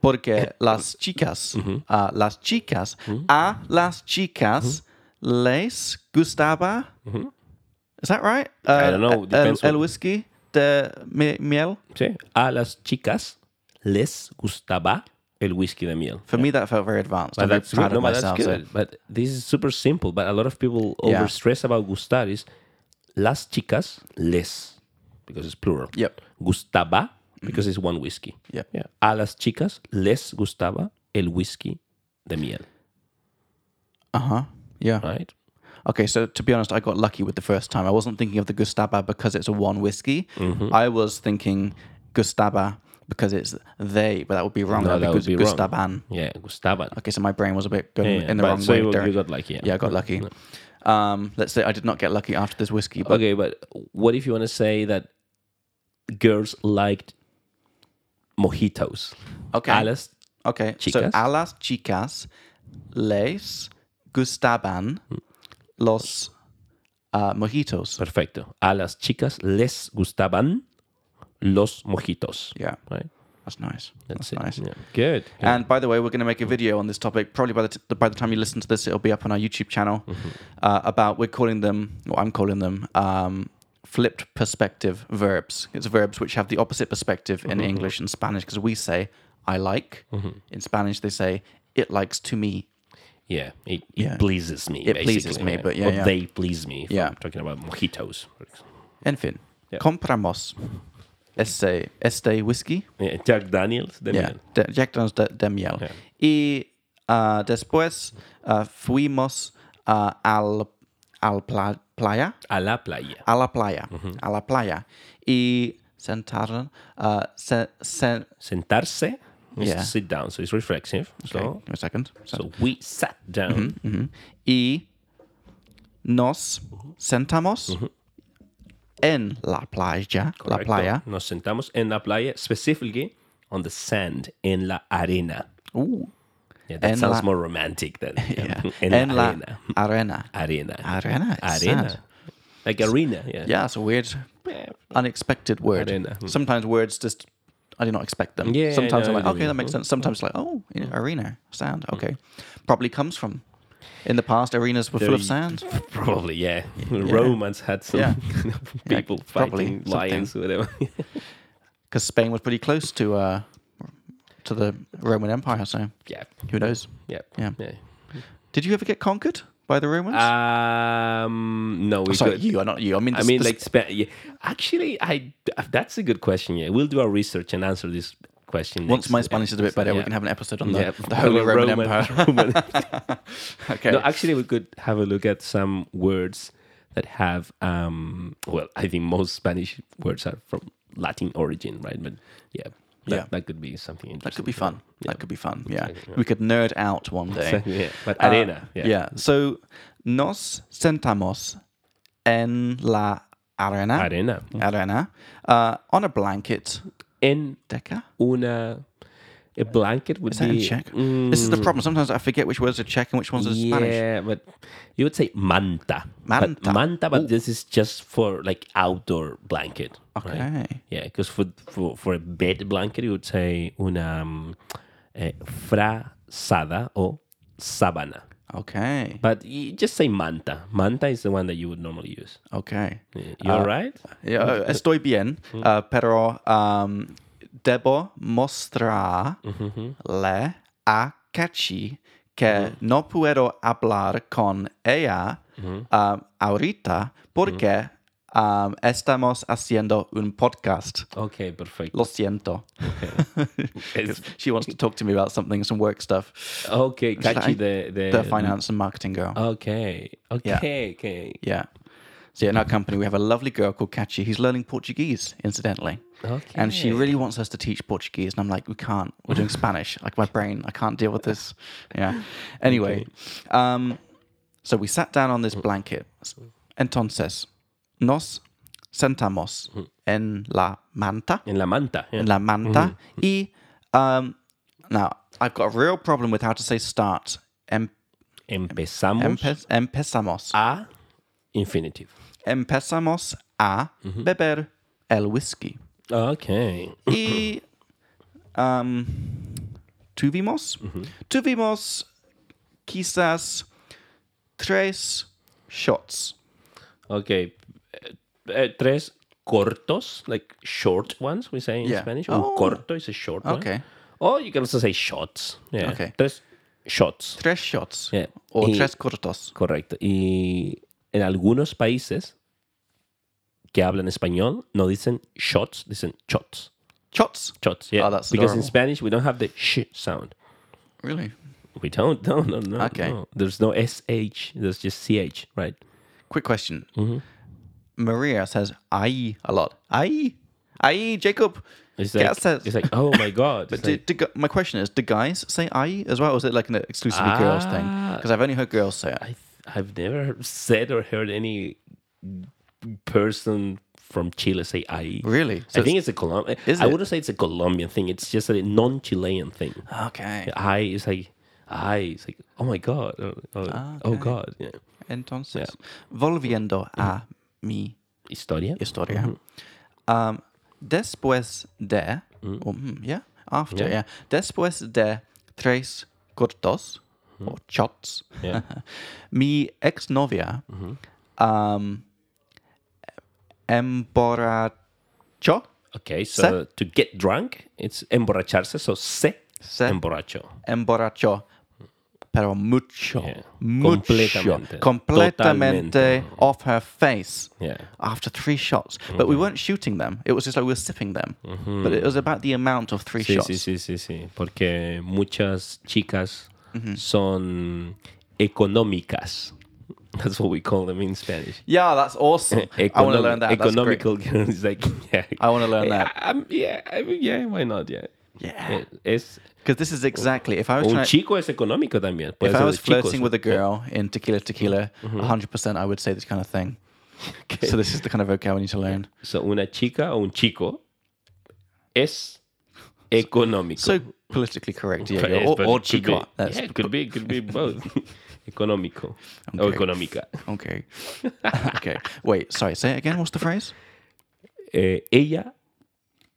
Porque las chicas,
Mm-hmm.
a las chicas, a las chicas les gustaba. Is that right?
Mm-hmm. I
Uh,
don't know,
el-
depends
El,
what-
whisky de mi- miel.
Sí. A las chicas les gustaba el whisky de miel.
For me, that felt very advanced. I'm
But
very
that's
proud
good.
of
No, but
myself.
that's
so-
good. But this is super simple. But a lot of people
Yeah.
over stress about gustar is las chicas les because it's plural.
Yep. Mm-hmm.
Gustaba because it's one whiskey.
Yep.
Yeah. A las chicas les gustaba el whisky de miel.
Uh-huh. Yeah.
Right.
Okay, so to be honest, I got lucky with the first time. I wasn't thinking of the Gustaba because it's a one whiskey.
Mm-hmm.
I was thinking Gustaba because it's they, but that would be wrong.
No,
That'd be
that would
Gus-
be
Gustaban.
wrong. Yeah. Gustaban.
Okay, so my brain was a bit going
Yeah,
in the
but
wrong
so
way.
you,
Derek.
you got lucky. Yeah.
yeah, I got lucky. Um, let's say I did not get lucky after this whiskey, but
Okay, but what if you want to say that girls liked mojitos?
Okay.
A las
okay. So
Uh, Chicas?
a las chicas les gustaban
Mm.
los uh, mojitos.
Perfecto. A las chicas les gustaban los mojitos.
Yeah,
Right?
that's nice.
That's,
that's nice. Ah.
it. Yeah. Good.
And by the way, we're going to make a video on this topic. Probably by the, t- by the time you listen to this, it'll be up on our YouTube channel
Mm-hmm.
uh, about we're calling them, or I'm calling them, um, flipped perspective verbs. It's verbs which have the opposite perspective
Mm-hmm.
in English and Spanish because we say I like. In Spanish, they say it likes to me.
yeah. It, it
Yeah.
pleases me.
It pleases
basically,
me,
right?
but yeah,
Or
yeah.
they please me. If
Yeah.
I'm talking about mojitos. for example.
En fin, compramos Este, este whisky.
Eh, Jack Daniels de
Yeah,
miel.
de- Jack Daniels de, de miel.
Yeah.
Y ah, después ah, fuimos ah, al, al pla- playa.
a la playa.
a la playa,
Mm-hmm.
a la playa. Y sentaron, uh, se, se-
Sentarse is
Yeah.
to sit down, so it's reflexive.
okay,
So,
give me a second. So-
so we sat down.
mhm. Y nos
Mm-hmm.
sentamos en la playa, la
Correcto.
playa.
Nos sentamos en la playa, specifically on the sand, en la arena.
Uh,
Yeah, that
En
sounds
la-
more romantic than
yeah.
en,
en
la
la
arena.
arena.
Arena.
Arena, it's
Arena.
sad.
Like arena. Yeah.
Yeah, it's a weird, unexpected word.
Arena. Mm.
Sometimes words just, I did not expect them.
Yeah,
Sometimes
no,
I'm
Hmm. I
like,
do.
okay, that makes sense. Sometimes like, oh, yeah, arena, sand. Okay. Probably comes from, in the past, arenas were full of
Very-
sand.
Probably, yeah. Romans had some
Yeah.
people
probably
fighting
something.
lions, whatever.
because Spain was pretty close to uh, to the Roman Empire. So
yeah.
who knows?
Yeah.
Yeah.
yeah.
Did you ever get conquered by the Romans? Oh,
Um, no, Uh, we
Sorry,
could-
you are not you. I mean,
I
the-
mean,
the-
like, spa- yeah. actually, I that's a good question. Yeah, we'll do our research and answer this question.
once
next-
my Spanish is a bit better, we
Yeah.
can have an episode on the,
Yeah.
the Holy Roman, Empire.
Roman-
okay.
No, actually, we could have a look at some words that have. Um, well, I think most Spanish words are from Latin origin, right? But yeah, that,
Yeah.
that could be something interesting.
that could be fun.
Yeah.
That could be fun. Yeah. we could nerd out one day.
yeah, but
Uh,
arena. Yeah.
So nos sentamos en la arena.
arena.
Arena. Uh, on a blanket.
En
Deca.
una. A blanket would
Is that
be Mm,
in Czech? This is the problem. Sometimes I forget which words are Czech and which ones are Spanish.
Yeah, but you would say manta. But
Manta.
manta, but this is just for like outdoor blanket. right?
Okay.
Yeah, because for, for for a bed blanket, you would say una um, eh, frazada or sabana.
Okay.
But you just say manta. Manta is the one that you would normally use.
Okay.
You're right.
Yeah, uh, estoy bien, uh, pero um, debo mostrar le a Cachi que no puedo hablar con ella um, ahorita porque um, estamos haciendo un podcast.
Okay, perfect.
Lo siento.
It's-
she wants to talk to me about something, some work stuff.
okay, catchy
like
the the,
The finance and marketing girl.
Okay, okay, okay,
Yeah. So in our company, we have a lovely girl called Kachi who's learning Portuguese, incidentally.
okay.
And she really wants us to teach Portuguese, and I'm like, we can't. We're doing Spanish. Like my brain, I can't deal with this. Yeah. Anyway, um, so we sat down on this blanket. Entonces, nos sentamos en la manta,
en la manta. Yeah.
en la manta, y um, now I've got a real problem with how to say start. Em-
Empezamos
empe- empezamos.
a infinitive.
empezamos a
Mhm.
beber el whisky.
Okay.
Y um, tuvimos,
Mhm.
tuvimos quizás tres shots.
Ok. Uh, uh, tres cortos, like short ones, we say in
Yeah.
Spanish.
Oh.
Un corto is a short one.
Okay.
Or you can also say shots. Yeah.
Okay.
Tres shots.
Tres shots.
Yeah.
O
Y-
tres cortos.
Correcto. Y en algunos países que hablan español no dicen shots, dicen shots.
Shots?
Shots, yeah.
Oh, that's
Because in
adorable.
Spanish we don't have the sh sound.
Really?
We don't, no, no, no.
Okay.
no. There's no SH, there's just CH, right?
Quick question.
Mhm.
Maria says "ay" a lot. "Ay, ay, Jacob.
It's
¿Qué
like,
haces?
it's like oh my God. It's
Do,
like-
do, gu- my question is, do guys say "ay" as well, or is it like an exclusively
Ah.
girls thing? Because I've only heard girls say it.
I th- I've never said or heard any person from Chile say "I."
Really?
I think it's a Colombian.
Is
I
it?
wouldn't say it's a Colombian thing. It's just a non-Chilean thing.
Okay.
"I" is like "I." It's like oh my god, oh, oh,
Ah,
oh god. Yeah.
Entonces, volviendo
Mm.
a mi
Historia.
historia.
Mm-hmm.
Um, después de, oh, mm, yeah, after, yeah. Después de tres cortos or shots,
Mm-hmm. Yeah. Mm-hmm.
mi exnovia um, emborrachó,
Okay, so to get drunk, it's emborracharse. So se,
Se.
emborracho.
emborrachó pero mucho,
Yeah.
mucho,
Completamente.
completamente
Totalmente.
off her face
Yeah.
after three shots. But
Mm-hmm.
we weren't shooting them; it was just like we were sipping them. But it was about the amount of three
Sí,
shots.
sí, sí, sí, sí. Porque muchas chicas son económicas. That's what we call them in Spanish.
Yeah, that's awesome. I want to
Econom-
learn that. That's great.
Economical girls, like, yeah.
I wanna learn that. Ah.
Yeah, um, yeah, I mean, yeah, why not? Yeah.
Yeah.
Es,
Because this is exactly if I was
Eh. un
trying,
chico es económico también. Puede
if I
ser
was
de chicos. Mm-hmm.
flirting with a girl in Tequila Tequila, 100, percent I would say this kind of thing.
Okay.
So this is the kind of vocab we need to learn.
So, una chica o un chico es económico.
So politically correct, yeah.
But-
Or,
but
or
it could be-
chico. That's
yeah, it could be, it could be both. económico o
Okay.
económica.
okay. okay. Wait, sorry. Say it again. What's the phrase?
Eh, ella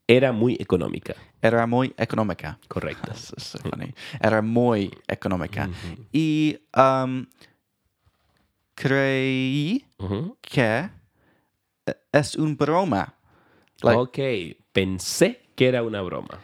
era muy económica.
Era muy económica.
Correcto.
That's so funny. Era muy económica.
Mm-hmm.
Y um, creí
Ujú.
que eh, es un broma. Like-
ok, pensé que era una broma.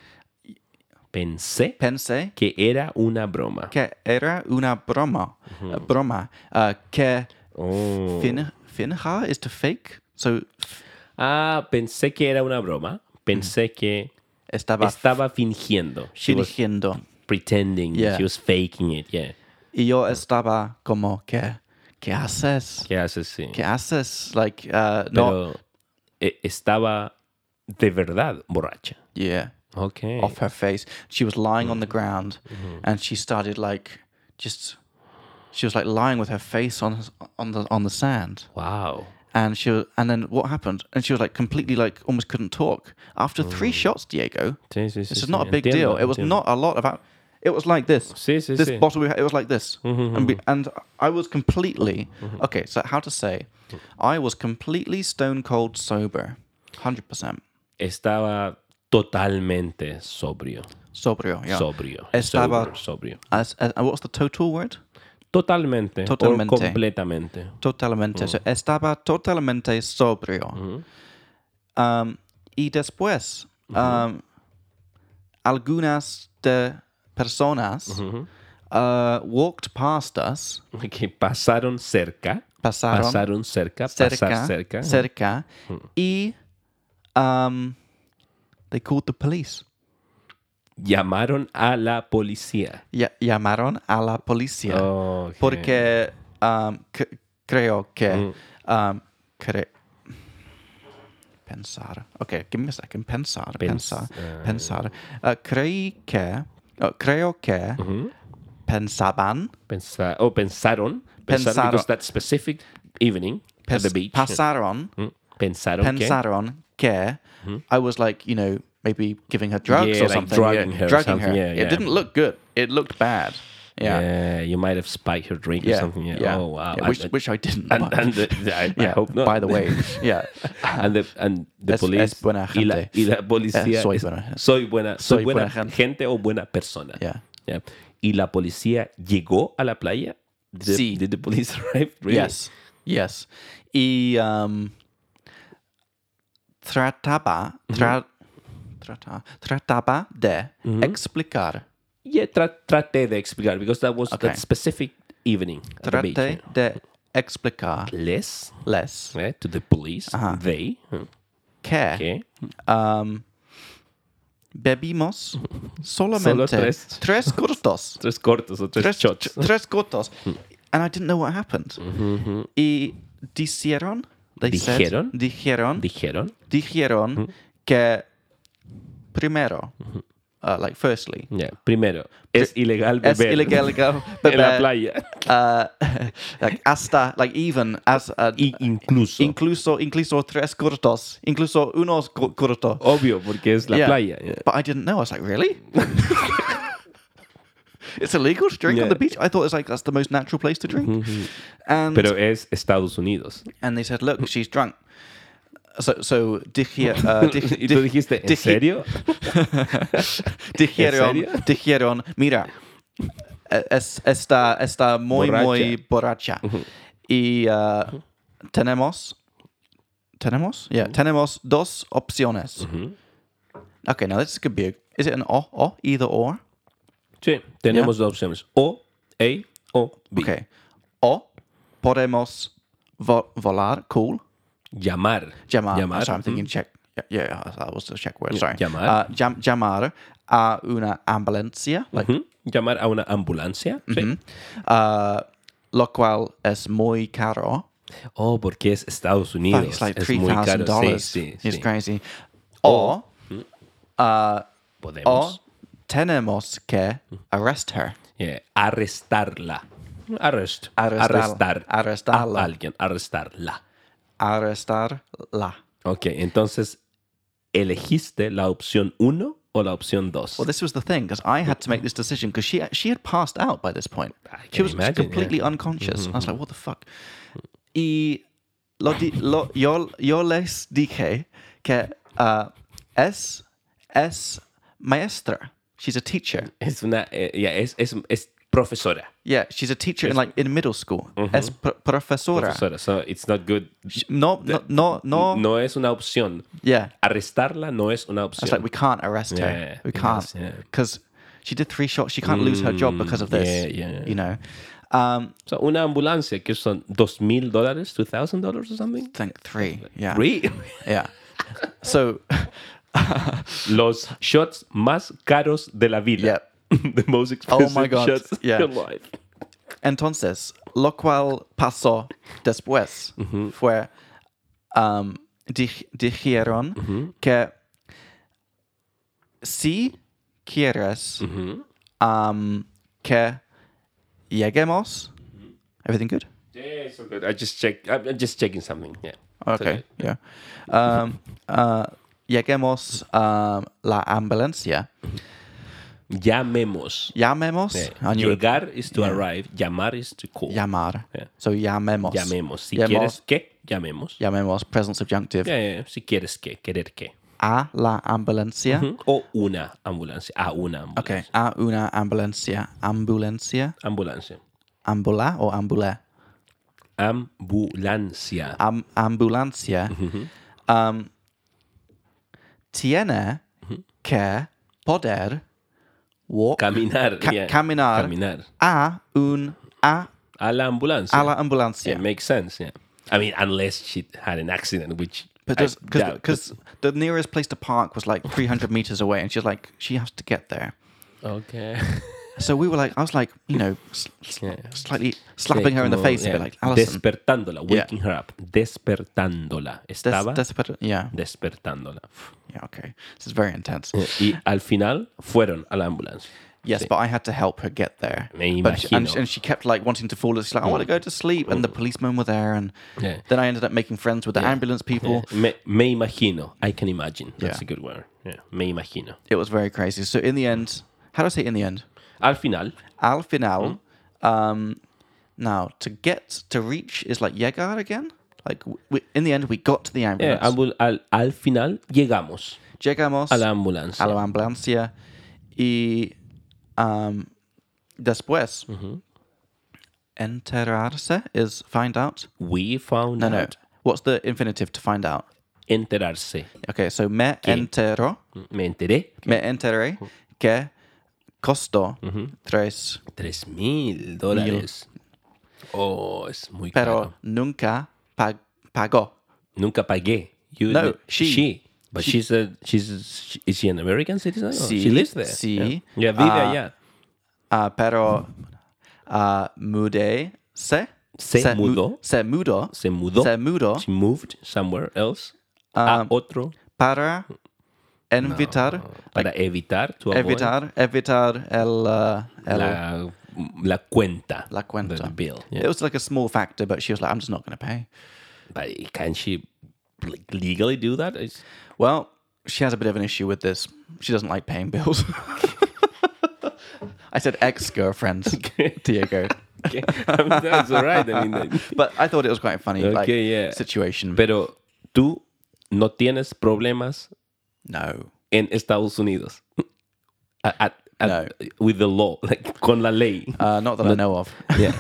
Pensé
Pensé
que era una broma.
que era una broma, uh, broma, uh, que
Mm-hmm. Oh.
fin, finja is to fake, so f-
Ah, pensé que era una broma. Pensé que
estaba
estaba fingiendo. She was
fingiendo.
pretending.
Yeah.
She was faking it. Yeah.
Y yo
Mm.
estaba como que, ¿qué haces?
¿Qué haces? Sí.
¿Qué haces? Like, uh, no,
Pero eh, estaba de verdad borracha.
yeah,
Ok.
off her face. She was lying on the ground, and she started like just. She was like lying with her face on on the on the sand.
Wow.
and she was, and then what happened? And she was like completely like almost couldn't talk after three shots. Diego,
Sí, sí, sí.
Mm. this is
sí,
not a big deal.
entiendo,
It was
entiendo.
not a lot of. al- It was like this.
Sí, sí,
this
sí.
bottle we had, it was like this, and, we, and I was completely okay. So how to say, I was completely stone cold sober, hundred percent
Estaba totalmente sobrio.
sobrio. Yeah.
Sobrio.
Estaba-
sober, sobrio.
As, as, uh, what's the total word?
Totalmente.
Totalmente.
Totalmente. completamente. Oh.
Totalmente. So estaba totalmente sobrio. Um, y después, um, algunas de personas uh, walked past us,
Que pasaron cerca.
pasaron
Pasaron cerca.
cerca,
pasar cerca.
cerca, y um, they called the police.
Llamaron a la policía.
Ya- llamaron a la policía.
Ok.
Porque um, c- creo
Mm.
que. Um, cre- pensar. Okay, give me a second. Pensar.
Pens- eh.
pensar. Pensar. Uh, creí que. uh, creo que. Pensaban.
Pensa- oh, pensaron. Pensaron.
Pensaron.
Because that specific evening at the
pens-
beach.
Pasaron.
Mm, Pensaron que-
Pensaron que. I was like, you know, maybe giving her drugs
Mm-hmm. Yeah,
or
like
something.
drugging her or
drugging
something,
her.
yeah,
it
yeah.
didn't look good. It looked bad.
Yeah.
Yeah.
eh, you might have spiked her drink or something. Yeah. Oh wow.
Yeah,
I-
which,
I-
which I didn't.
and,
but-
and the, I, I
yeah.
hope not.
By the way, yeah.
and the Ah, and the
Es-
police
es buena
y la-
gente.
y la policía
Eh, soy
es-
buena-
soy buena soy
soy
buena
buena gente.
gente. o buena persona.
Yeah.
Yeah. Y la policía llegó a la playa. Did, the-
Sí.
did the police arrive? Really?
Yes. Yes. Y um, trataba, tra- trata- trataba de explicar.
Yeah, tra- traté de explicar because that was
Okay.
that specific evening at the beach.
Traté de explicar
Les
les
eh, to the police they eh,
que
que
um, bebimos
Solo
solamente
tres.
tres cortos.
tres cortos o tres,
tres,
shots. Hmm.
ch- tres cortos. And I didn't know what happened. Y dijeron, they
Dijeron.
said, dijeron,
Dijeron.
dijeron
Hmm?
que primero, uh, like firstly,
Yeah. Primero es ilegal Hmm. beber.
es ilegal go-
en
beber,
la
uh,
playa.
like hasta, like even as uh,
Y incluso.
incluso, incluso tres cortos, incluso unos co- corto.
obvio, porque es la
Yeah.
playa. yeah.
But I didn't know. I was like, really? it's illegal to drink on
Yeah. Mm-hmm.
the beach. I thought it's like that's the most natural place to drink. And
Pero es Estados Unidos.
and they said, look, she's drunk. So so dije, uh, dij-
Y tú
dij-
dijiste, ¿en
dij-
serio?
dijeron,
¿En serio?
dijeron, mira, es, está, está muy,
Borracha.
muy borracha. Y uh, tenemos, tenemos, yeah, tenemos dos opciones. Okay, now this could be, a, is it an or, or, either or?
Sí, tenemos dos opciones. O A o B.
Okay. O podemos vo- volar. Cool.
Llamar.
Llamar.
Llamar.
Sorry, I'm thinking Czech. Yeah, yeah, yeah, that was the Czech word. Sorry.
llamar.
Uh, llam- llamar a una ambulancia, like,
Ujú. Llamar a una ambulancia. Sí.
uh, lo cual es muy caro.
Oh, porque es Estados
Fuck,
Unidos.
it's like
es
three
muy
thousand
caro. Sí,
dollars.
sí,
It's
sí.
crazy. Or,
Podemos
or tenemos que arrest her.
eh, arrestarla. Arrest.
Arrestar-
Arrestar.
arrestarla.
A alguien. Arrestarla.
Arrestarla.
Ok, entonces, ¿elegiste la opción 1 o la opción 2?
Well, this was the thing because I had to make this decision because she she had passed out by this point. She
can
was
imagine, Mm-hmm,
completely unconscious. I was like, what the fuck? Y lo di, lo, yo, yo les dije que uh, es es maestra. She's a teacher.
Es una. eh, ya, es, es, es profesora.
Yeah, she's a teacher in like in middle school.
Mm-hmm.
Es pro- profesora.
Profesora. So it's not good.
No, no, no, no.
No es una opción.
Yeah,
Arrestarla no es una opción.
it's like we can't arrest
Yeah,
her. We can't
yes, yeah. Mm,
because she did three shots. She can't lose her job because of this.
yeah, yeah.
You know. Um,
So, una ambulancia que son dos mil dólares, two thousand dollars or something.
think three. Yeah.
Re-
Yeah. So
Los shots más caros de la vida. The most
Oh
expensive
my God.
shots
Yeah.
in your life.
entonces, lo cual pasó después fue um, dij- dijeron que si quieres um, que lleguemos, everything good?
Yeah, so good. I just check. I'm I'm just checking something. Yeah.
Okay, yeah. Um, uh, lleguemos um, la ambulancia.
Llamemos.
Llamemos. I knew it.
Llegar is to arrive. Llamar is to call.
llamar. So llamemos.
Llamemos. Si
Llamemos-
quieres que, llamemos.
llamemos present subjunctive
Yeah, yeah, yeah. Si quieres que, querer que.
a la ambulancia.
¿Mm? O una ambulancia. A una ambulancia.
Okay, a una ambulancia. Ambulancia.
Ambulancia.
Ambula o ambulé.
Ambulancia.
Am- ambulancia.
Mm-hmm.
Um, tiene
Mm-hmm.
que poder walk,
Caminar.
ca-
yeah.
caminar
Caminar.
a un a,
A la ambulancia.
a la ambulancia.
It makes sense. Yeah. I mean, unless she had an accident, which
But
I
does
doubt, but-
because the nearest place to park was like 300 meters away, and she's like, she has to get there.
okay,
So we were like, I was like, you know, s- s-
Yeah.
slightly slapping her in the
Como,
face a
yeah,
bit, like, Alison,
despertándola,
Yeah.
waking her up, despertándola,
des-
estaba
despertar- yeah,
despertándola.
yeah, okay, this is very intense.
Y al final fueron a la ambulancia.
Yes, but I had to help her get there.
Me
But she- and,
imagino.
and she kept like wanting to fall asleep. She's like, I want to go to sleep. And the policemen were there, and
Yeah.
then I ended up making friends with the ambulance people.
Me, me imagino. I can imagine. That's
Yeah.
a good word. Yeah, Me imagino.
It was very crazy. So in the end, how do I say in the end?
Al final,
Al final.
Hmm?
Um, now to get to reach is like Yegar again. Like w- we, in the end, we got to the
eh,
ambulance.
ambul- al, al final llegamos
Llegamos
a la ambulancia.
a la ambulancia y um, después
Mm-hmm.
enterarse is find out.
We found
No, no.
out
What's the infinitive to find out?
enterarse.
Okay, so me entero,
Me enteré.
me enteré que costó
Mm-hmm.
tres,
Tres mil dólares. Oh, es muy
pero
caro.
nunca pag- pagó.
Nunca pagué. You,
No, she-
But she's a she's she, is she an American citizen? or
Sí,
she lives there.
sí.
Yeah, yeah vive
Ah.
allá.
Ah, pero ah, mudé se
Se
mu-
mudó.
se mudó
Se mudó.
se mudó Ah,
She moved somewhere else a otro
para invitar
para evitar to avoid
evitar evitar el, uh, el
la, la cuenta.
la cuenta.
The bill. Yeah.
It was like a small factor, but she was like, "I'm just not going to pay."
But can she like, legally do that? It's-
Well, she has a bit of an issue with this. She doesn't like paying bills. I said ex-girlfriends, Diego,
okay. I mean, that's all right. I mean, like-
but I thought it was quite a funny like,
Okay, yeah.
situation.
pero tú no tienes problemas
no,
en Estados Unidos. At- at- at- With the law, like, con la ley.
uh, not that I know of.
Yeah.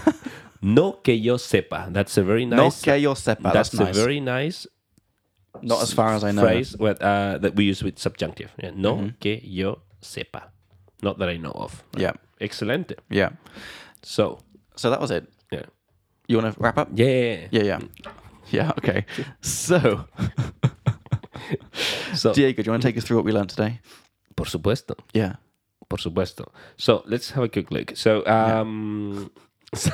no que yo sepa. That's a very
No
nice.
que yo sepa. That's,
that's a
nice.
very nice
not as far as I know. Mm-hmm.
phrase what, uh, that we use with subjunctive. Yeah. No que yo sepa. Not that I know of.
Yeah,
Excelente.
yeah.
So,
So that was it.
yeah.
You want to wrap up?
Yeah, yeah, yeah.
Yeah, yeah. Yeah, okay. So,
So,
Diego, do you want to take us through what we learned today?
por supuesto.
Yeah.
Por supuesto. So, let's have a quick look. So, um, so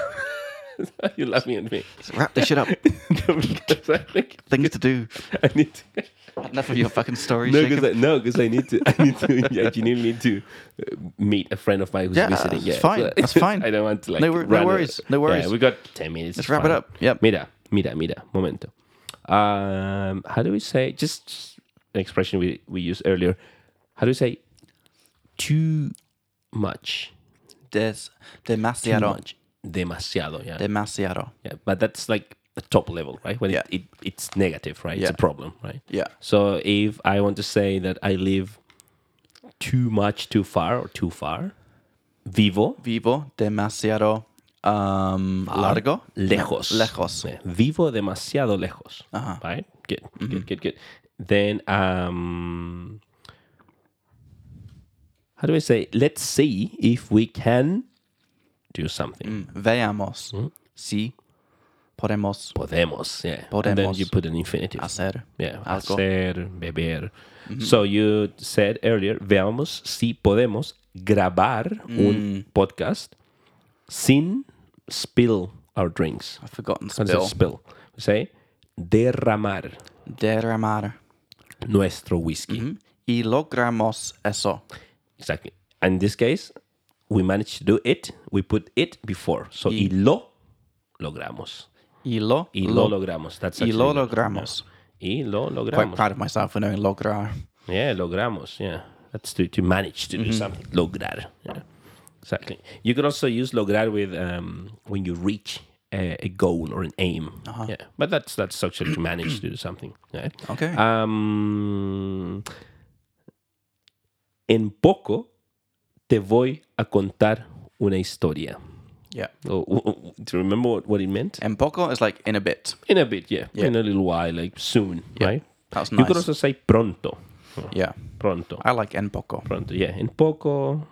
you laughing at me.
Wrap this shit up.
Because I think
Things to do.
I need to.
Enough of your fucking stories.
No,
Jacob.
because I, no, 'cause I need to. I need to. yeah, you need me to uh, meet a friend of mine who's
Yeah,
visiting.
it's
Yeah,
fine,
so-
that's fine.
I don't want to like.
No wor- no
run a-
worries, no worries.
Yeah, we got ten minutes.
Let's
it's
wrap it
fine.
up. Yep.
Mira, mira, mira. Momento. Um, how do we say? Just, just an expression we we used earlier. How do we say? Too much.
Des,
Too
demasiado.
much. Demasiado. Yeah.
Demasiado.
yeah. But that's like the top level, right? When
Yeah.
it, it it's negative, right? It's
Yeah.
a problem, right?
Yeah.
So if I want to say that I live too much too far or too far, vivo,
Vivo, demasiado um, largo.
lejos.
No, lejos.
Yeah, Vivo demasiado lejos. Right? Good,
Mm-hmm.
good, good, good. Then, um, how do I say? Let's see if we can do something.
Mm. Veamos
Mm.
si podemos
Podemos, yeah. And then
Podemos.
you put an infinitive.
hacer.
Yeah,
Algo.
hacer, beber. So you said earlier, veamos si podemos grabar un podcast sin spill our drinks.
I've forgotten
What is it?
Ah, spill.
Spill. We say derramar
Derramar.
nuestro whiskey.
Y logramos eso.
Exactly. And in this case, we managed to do it. We put it before. So y, lo logramos.
Y lo,
Y lo, logramos. That's
y lo
actually-
logramos.
Y lo
Quite
logramos.
proud of myself for knowing lograr.
Yeah, logramos. Yeah, that's to, to manage to do something. Lograr. Yeah, exactly. You can also use lograr with um, when you reach a, a goal or an aim. Yeah, but that's that's actually to manage to do something. Uh-huh. Right?
Okay.
Um, en poco te voy a contar una historia.
yeah.
Oh, oh, oh, do you remember what, what it meant?
En poco is like in a bit.
In a bit, yeah. In a little while, like soon, right?
That's
You could
nice.
also say pronto.
Yeah.
Pronto.
I like en poco.
pronto, yeah, en poco,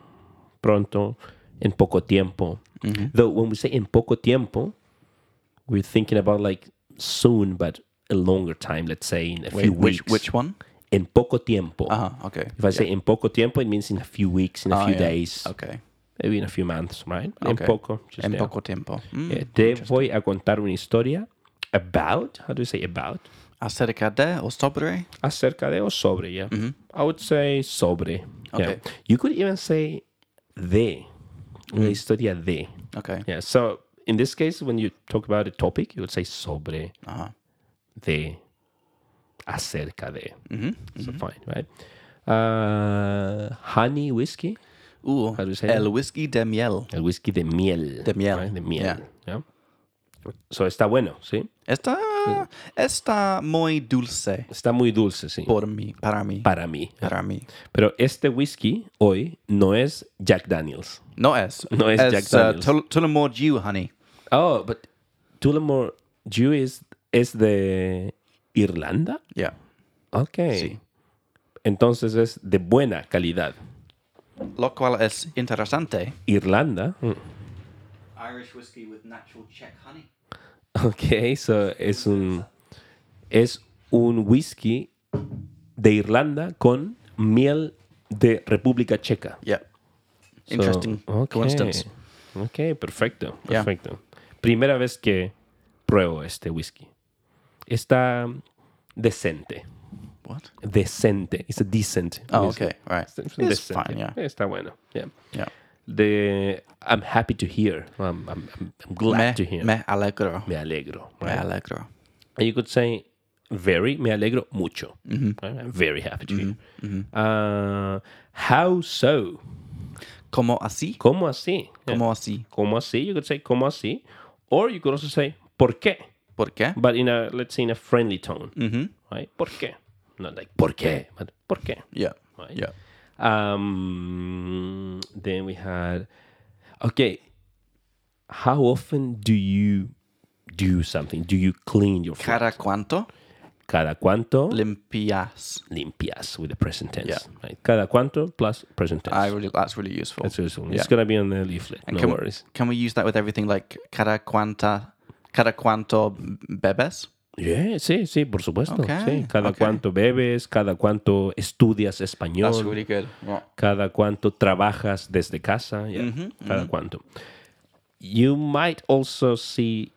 pronto, en poco tiempo. Though when we say en poco tiempo, we're thinking about like soon, but a longer time, let's say in a
Wait,
few
which
weeks. Oh.
which one?
En poco tiempo.
Uh huh. Okay.
If I say en poco tiempo, it means in a few weeks, in a
Ah,
few
yeah.
days,
Okay.
maybe in a few months, right? En
Okay.
poco. Just
En
yeah.
poco tiempo. Mm.
Yeah, Te voy a contar una historia about, how do you say about?
Acerca de o sobre.
acerca de o sobre, yeah. I would say sobre.
Okay.
Yeah. You could even say de,
Mm.
una historia de.
Okay.
Yeah. So in this case, when you talk about a topic, you would say sobre,
Uh-huh.
de, acerca de. So fine, right? Uh, honey whiskey,
Ooh.
do you say
Uh, El whisky de miel.
el whisky de miel.
De miel,
right? De miel.
yeah.
yeah. So está bueno, ¿sí?
Está está muy dulce
Está muy dulce, sí.
por mí, para mí,
Para mí.
para mí.
Pero este whisky hoy no es Jack Daniels.
No es.
No es Jack
uh,
Daniels.
Tull- Tullamore Dew, honey.
Oh, but Tullamore Dew is, es de Irlanda.
Yeah.
Ok. Entonces es de buena calidad.
Lo cual es interesante.
Irlanda.
Mm. Irish whiskey with natural Czech honey.
Ok, so es un, es un whisky de Irlanda con miel de República Checa.
Yeah.
So,
Interesting
ok.
coincidence.
Ok, perfecto.
Yeah.
Perfecto. Primera vez que pruebo este whisky. Está decente.
What?
decente. It's a decent.
Oh,
music.
okay. Right.
It's,
It's,
decent,
fine. Yeah.
Está bueno. Yeah.
Yeah.
The I'm happy to hear. I'm, I'm, I'm- I'm glad
Me,
to hear. Me,
me alegro.
alegro.
Me
right?
alegro.
And you could say very me alegro mucho.
Mm-hmm.
Right? I'm very happy to hear. Uh, how so?
Como así?
¿Cómo así? Yeah.
Como así?
¿Cómo así? You could say ¿Cómo así? Or you could also say ¿Por qué?
¿Por qué?
But in a let's say in a friendly tone,
Mm-hmm.
right? ¿Por qué? Not like ¿Por qué? But ¿Por qué?
Yeah.
Right.
Yeah.
Um, then we had, okay, how often do you do something? Do you clean your food?
Cada cuánto?
Cada cuánto
Limpias.
limpias with the present tense. right? Cada cuánto plus present tense.
I really, that's really useful.
That's useful. It's
Yeah.
gonna be on the leaflet.
And
no
can,
worries.
can we use that with everything like cada cuanta, cada cuanto bebes?
Yeah, sí, sí, por supuesto.
Ok,
sí. Cada
ok.
cuánto bebes, cada cuánto estudias español,
That's really good. Yeah.
cada cuánto trabajas desde casa, yeah, cada cuánto. You might also see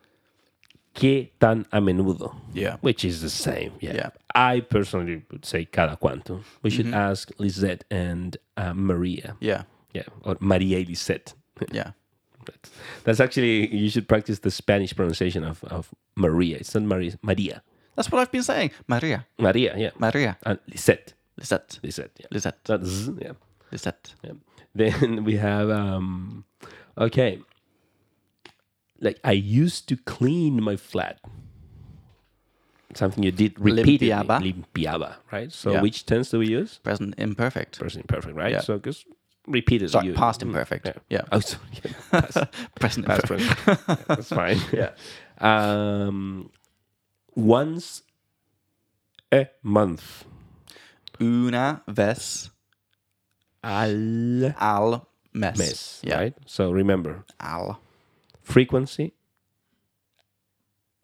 qué tan a menudo,
Yeah.
which is the same. Yeah.
Yeah.
I personally would say cada cuánto. We should ask Lisette and uh, Maria.
Yeah.
Yeah, or Maria y Lisette.
Yeah.
That's- That's actually, you should practice the Spanish pronunciation of, of Maria. It's not Maria, Maria.
That's what I've been saying. Maria.
Maria, yeah.
Maria.
and Lisette.
Lisette.
Lisette, yeah.
Lisette.
Not Z, yeah.
Lisette.
yeah. Then we have, um, okay. Like, I used to clean my flat. Something you did repeatedly.
Limpiaba.
Limpiaba, right? So
Yeah.
which tense do we use?
Present imperfect.
Present imperfect, right?
Yeah.
So just repeat it.
Sorry, past imperfect. Yeah.
Oh, sorry. Yeah. Past-
Present
past
imperfect.
perfect. Yeah, That's fine. Yeah. Um, once a month.
Una vez
Al
al mes.
mess,
Yeah.
right? So remember,
Al.
frequency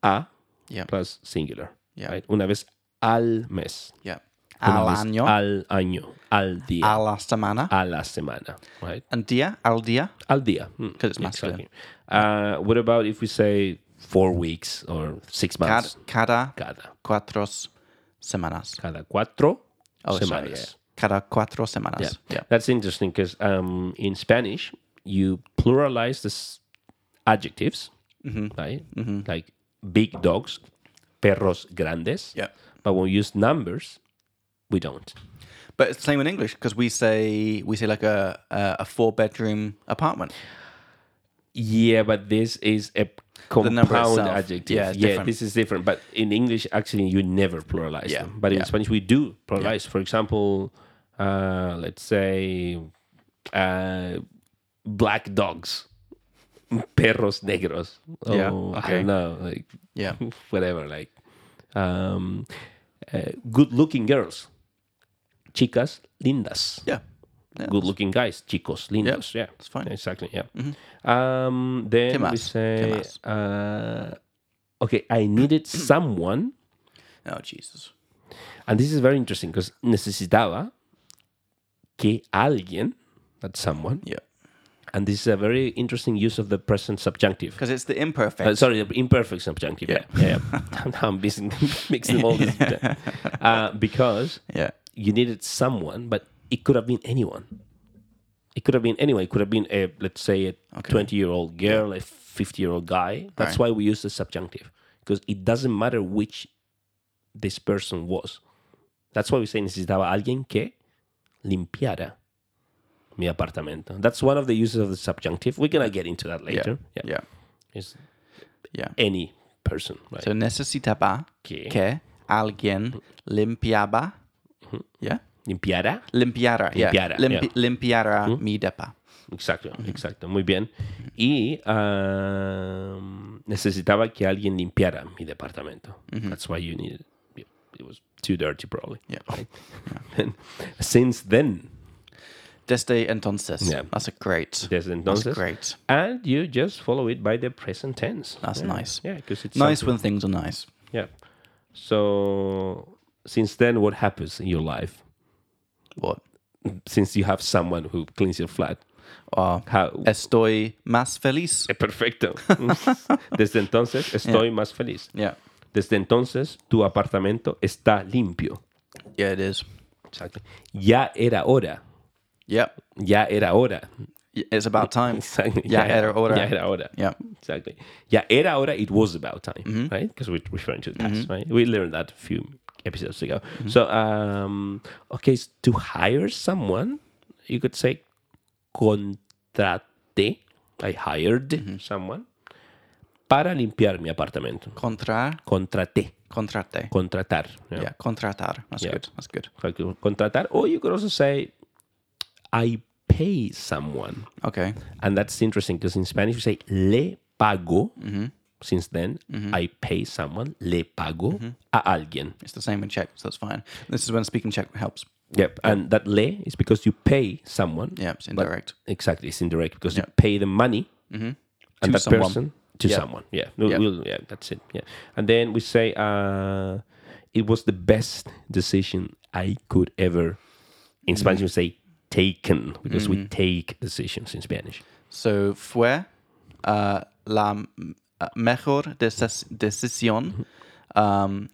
a
Yeah.
plus singular,
Yeah.
right? Una vez al mes,
Yeah.
una
Al
vez
año.
al año, al día,
A la semana.
a la semana, right?
And dia. Al dia.
Al día, mm,
'Cause it's masculine.
exactly. Uh, what about if we say four weeks or six
Cada,
months?
cada
Cada,
cuatro semanas.
cada cuatro
Oh,
semanas.
sorry. yeah. Cada cuatro semanas. Yeah.
That's interesting because um, in Spanish, you pluralize the s- adjectives,
Mm-hmm.
right? Like big dogs, perros grandes.
Yeah.
But when we use numbers, we don't.
But it's the same in English because we say we say like a a, a four bedroom apartment.
Yeah, but this is a compound
number itself.
adjective.
Yeah,
Yeah,
it's different.
this is different. But in English, actually, you never pluralize
Yeah,
them. But in
yeah.
Spanish, we do pluralize. For example, uh, let's say uh, black dogs, perros negros. Or,
Yeah,
I
okay.
don't know, like
Yeah.
Hmm. whatever, like um, uh, good-looking girls, chicas lindas.
Yeah. Yeah.
good looking guys, chicos, lindos. Yeah,
it's fine. Mm-hmm.
Exactly. Yeah. Um, then
¿Qué
we
más?
say,
¿Qué más?
uh, okay, I needed someone,
Oh Jesus.
and this is very interesting because necesitaba que alguien, that's someone,
Yeah.
and this is a very interesting use of the present subjunctive.
Because it's the
Uh,
imperfect.
sorry, the imperfect subjunctive. Yeah, yeah. yeah. Now I'm mixing, mixing all this. together. Uh, because
yeah.
you needed someone, but it could have been anyone. It could have been anyone. It could have been a let's say a twenty-year-old girl, a fifty-year-old guy. That's why we use the subjunctive because it doesn't matter which this person was. That's why we say necesitaba alguien que limpiara mi apartamento. That's one of the uses of the subjunctive. We're gonna get into that later.
Yeah.
Yeah,
Yeah.
it's
Yeah.
any person, right?
So necesitaba
Que.
que alguien limpiaba. Yeah.
limpiara.
Limpiara. Yeah.
Hmm. Limpiara,
Limpi-
yeah. Hmm.
Limpiara mi depa.
Exacto, exacto, muy bien. Y um, necesitaba que alguien limpiara mi departamento. That's why you needed. It was too dirty, probably.
Yeah.
And since then,
Desde entonces.
Yeah.
That's a great. That's
desde entonces,
great.
and you just follow it by the present tense.
That's
Yeah,
nice.
Yeah, because it's
Nice
something-
when things are nice.
Yeah. So since then, what happens in your life?
What?
Since you have someone who cleans your flat,
Oh,
how
estoy más feliz.
Eh, perfecto. Desde entonces estoy más feliz.
Yeah.
Desde entonces, tu apartamento está limpio.
Yeah, it is.
Exacto. Ya era hora.
Yep.
Ya era hora.
Y- It's about time.
Exacto.
Ya era hora.
Ya era hora.
Yeah.
Exactly. Ya era hora. It was about time, right? Because we're referring to the past, right? We learned that a few episodes ago. So, um, okay, s- to hire someone, you could say contraté. I hired someone para limpiar mi apartamento.
Contrar.
Contraté.
Contrate.
Contratar. you know.
Yeah. Contratar. That's good. That's good.
Like, uh, contratar. Or you could also say, I pay someone.
Okay.
And that's interesting because in Spanish we say le pago since then. I pay someone, le pago a alguien.
It's the same in Czech, so that's fine. This is when speaking Czech helps.
Yep. And that le is because you pay someone.
Yeah, it's indirect.
Exactly, it's indirect because you pay the money and
Mm-hmm. To
that
someone.
person to
Yeah.
someone. Yeah. No,
Yeah.
we'll- yeah, that's it. Yeah. And then we say, uh, it was the best decision I could ever.
Mm-hmm.
In Spanish, we say taken because we take decisions in Spanish.
So fue uh, la m- uh, mejor decis- decisión um,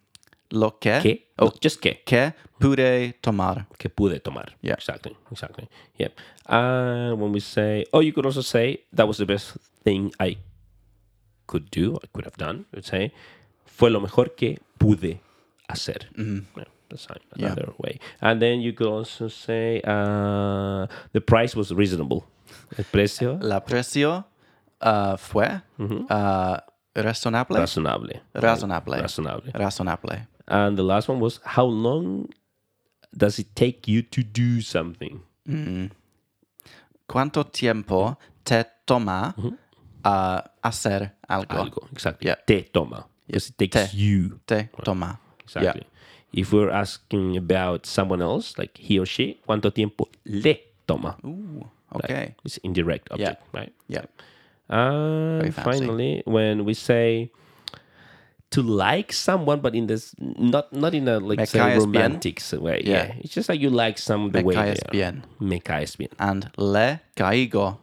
lo que,
Que,
o
no, just que.
que pude tomar.
que pude tomar.
Yeah.
Exactly. Exactly. Yep. And when we say, oh, you could also say that was the best thing I could do, I could have done. You'd say, fue lo mejor que pude hacer. Yeah, that's an-
Mm-hmm. Yeah.
another way. And then you could also say, uh, the price was reasonable. El precio
La precio uh, fue uh, razonable.
razonable.
razonable.
Razonable.
razonable.
And the last one was, how long does it take you to do something?
¿Cuánto tiempo te toma uh, hacer algo?
Mhm. Algo. Exactly.
Yeah.
Te toma. Because it takes
Te.
you
Te toma.
Exactly. If we're asking about someone else, like he or she, cuánto tiempo le toma?
Yeah. Ooh, okay.
It's indirect object, right?
Uh, Yeah. Very
And
fancy.
finally, when we say to like someone, but in this not not in a like
Me
say,
caes bien.
romantic s- way, yeah.
Yeah.
it's just like you like some the
Me
way
caes
they are.
bien.
me caes bien
And le caigo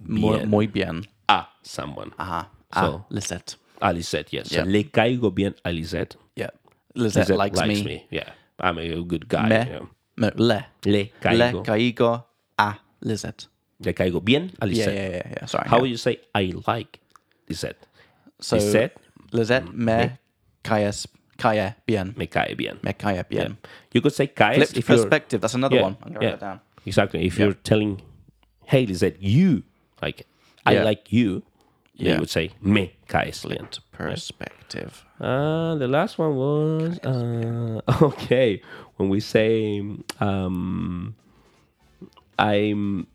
muy,
Bien.
muy bien
a Ah, someone.
a, a
So-
Lisette.
A Lisette, yes. So
Ah. Yeah.
le caigo bien a Lisette.
Yeah. Lisette,
Lisette
likes, me.
Yeah, I'm a good guy.
Me.
yeah.
No, le.
Le
Le
caigo.
caigo a Lisette.
le caigo bien a
Yeah,
Lisette.
yeah, yeah, yeah. Sorry.
How
yeah.
would you say I like Lisette?
so,
Lisette? Mm,
Lisette, me caes, cae bien.
Me cae bien.
Me cae bien.
You could say caes
Flipped
if you're
perspective. That's another
yeah,
one. I'm going to
yeah,
write that down.
Exactly. If you're telling hey Lisette, you like I
Yeah.
like you, then
Yeah.
you would say me caes bien.
Flipped perspective.
Uh, the last one was uh, okay. When we say um, I'm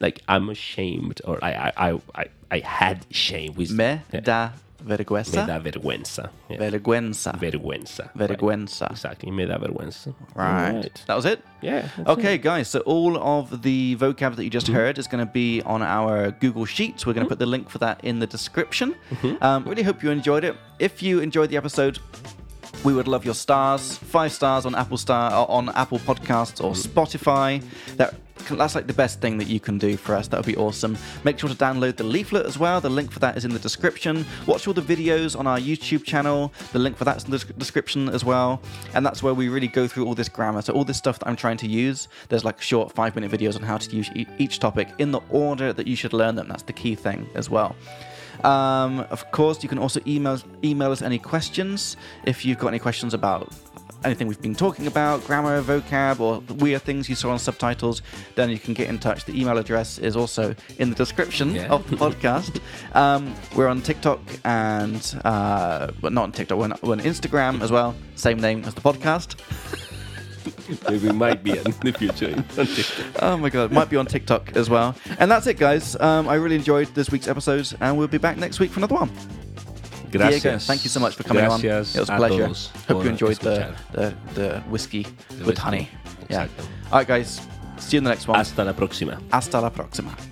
like I'm ashamed or I I I, I, I had shame. We
Me
yeah.
da
me
vergüenza.
da vergüenza. Yeah.
vergüenza.
vergüenza. right.
vergüenza.
Exactly, me da vergüenza.
Right.
Alright.
That was it.
Yeah. that's Mm-hmm.
Okay, guys, so all of the vocab that you just heard is going to be on our Google Sheets. We're going to put the link for that in the description.
Mm-hmm.
Um, really hope you enjoyed it. If you enjoyed the episode, we would love your stars, five stars on Apple Star or on Apple Podcasts or Spotify. That that's like the best thing that you can do for us. That would be awesome. Make sure to download the leaflet as well. The link for that is in the description. Watch all the videos on our YouTube channel. The link for that's in the desc- description as well. And that's where we really go through all this grammar. So all this stuff that I'm trying to use, there's like short five minute videos on how to use e- each topic in the order that you should learn them. That's the key thing as well. Um, of course, you can also email email us any questions if you've got any questions about anything we've been talking about, grammar, vocab, or weird things you saw on subtitles. Then you can get in touch. The email address is also in the description
Yeah.
of the podcast. um, we're on TikTok and uh, but not on TikTok. We're on, we're on Instagram as well. Same name as the podcast.
it. Maybe we might be in the future.
Oh my god, might be on TikTok as well. And that's it, guys. Um, I really enjoyed this week's episode, and we'll be back next week for another one.
Gracias.
Diego, thank you so much for coming
Gracias
on. It was a
a
pleasure.
todos
Hope
por
you enjoyed the,
escuchar.
the, the whiskey with
whiskey.
honey.
Exacto.
Yeah. All right, guys. See you in the next one.
Hasta la próxima.
Hasta la próxima.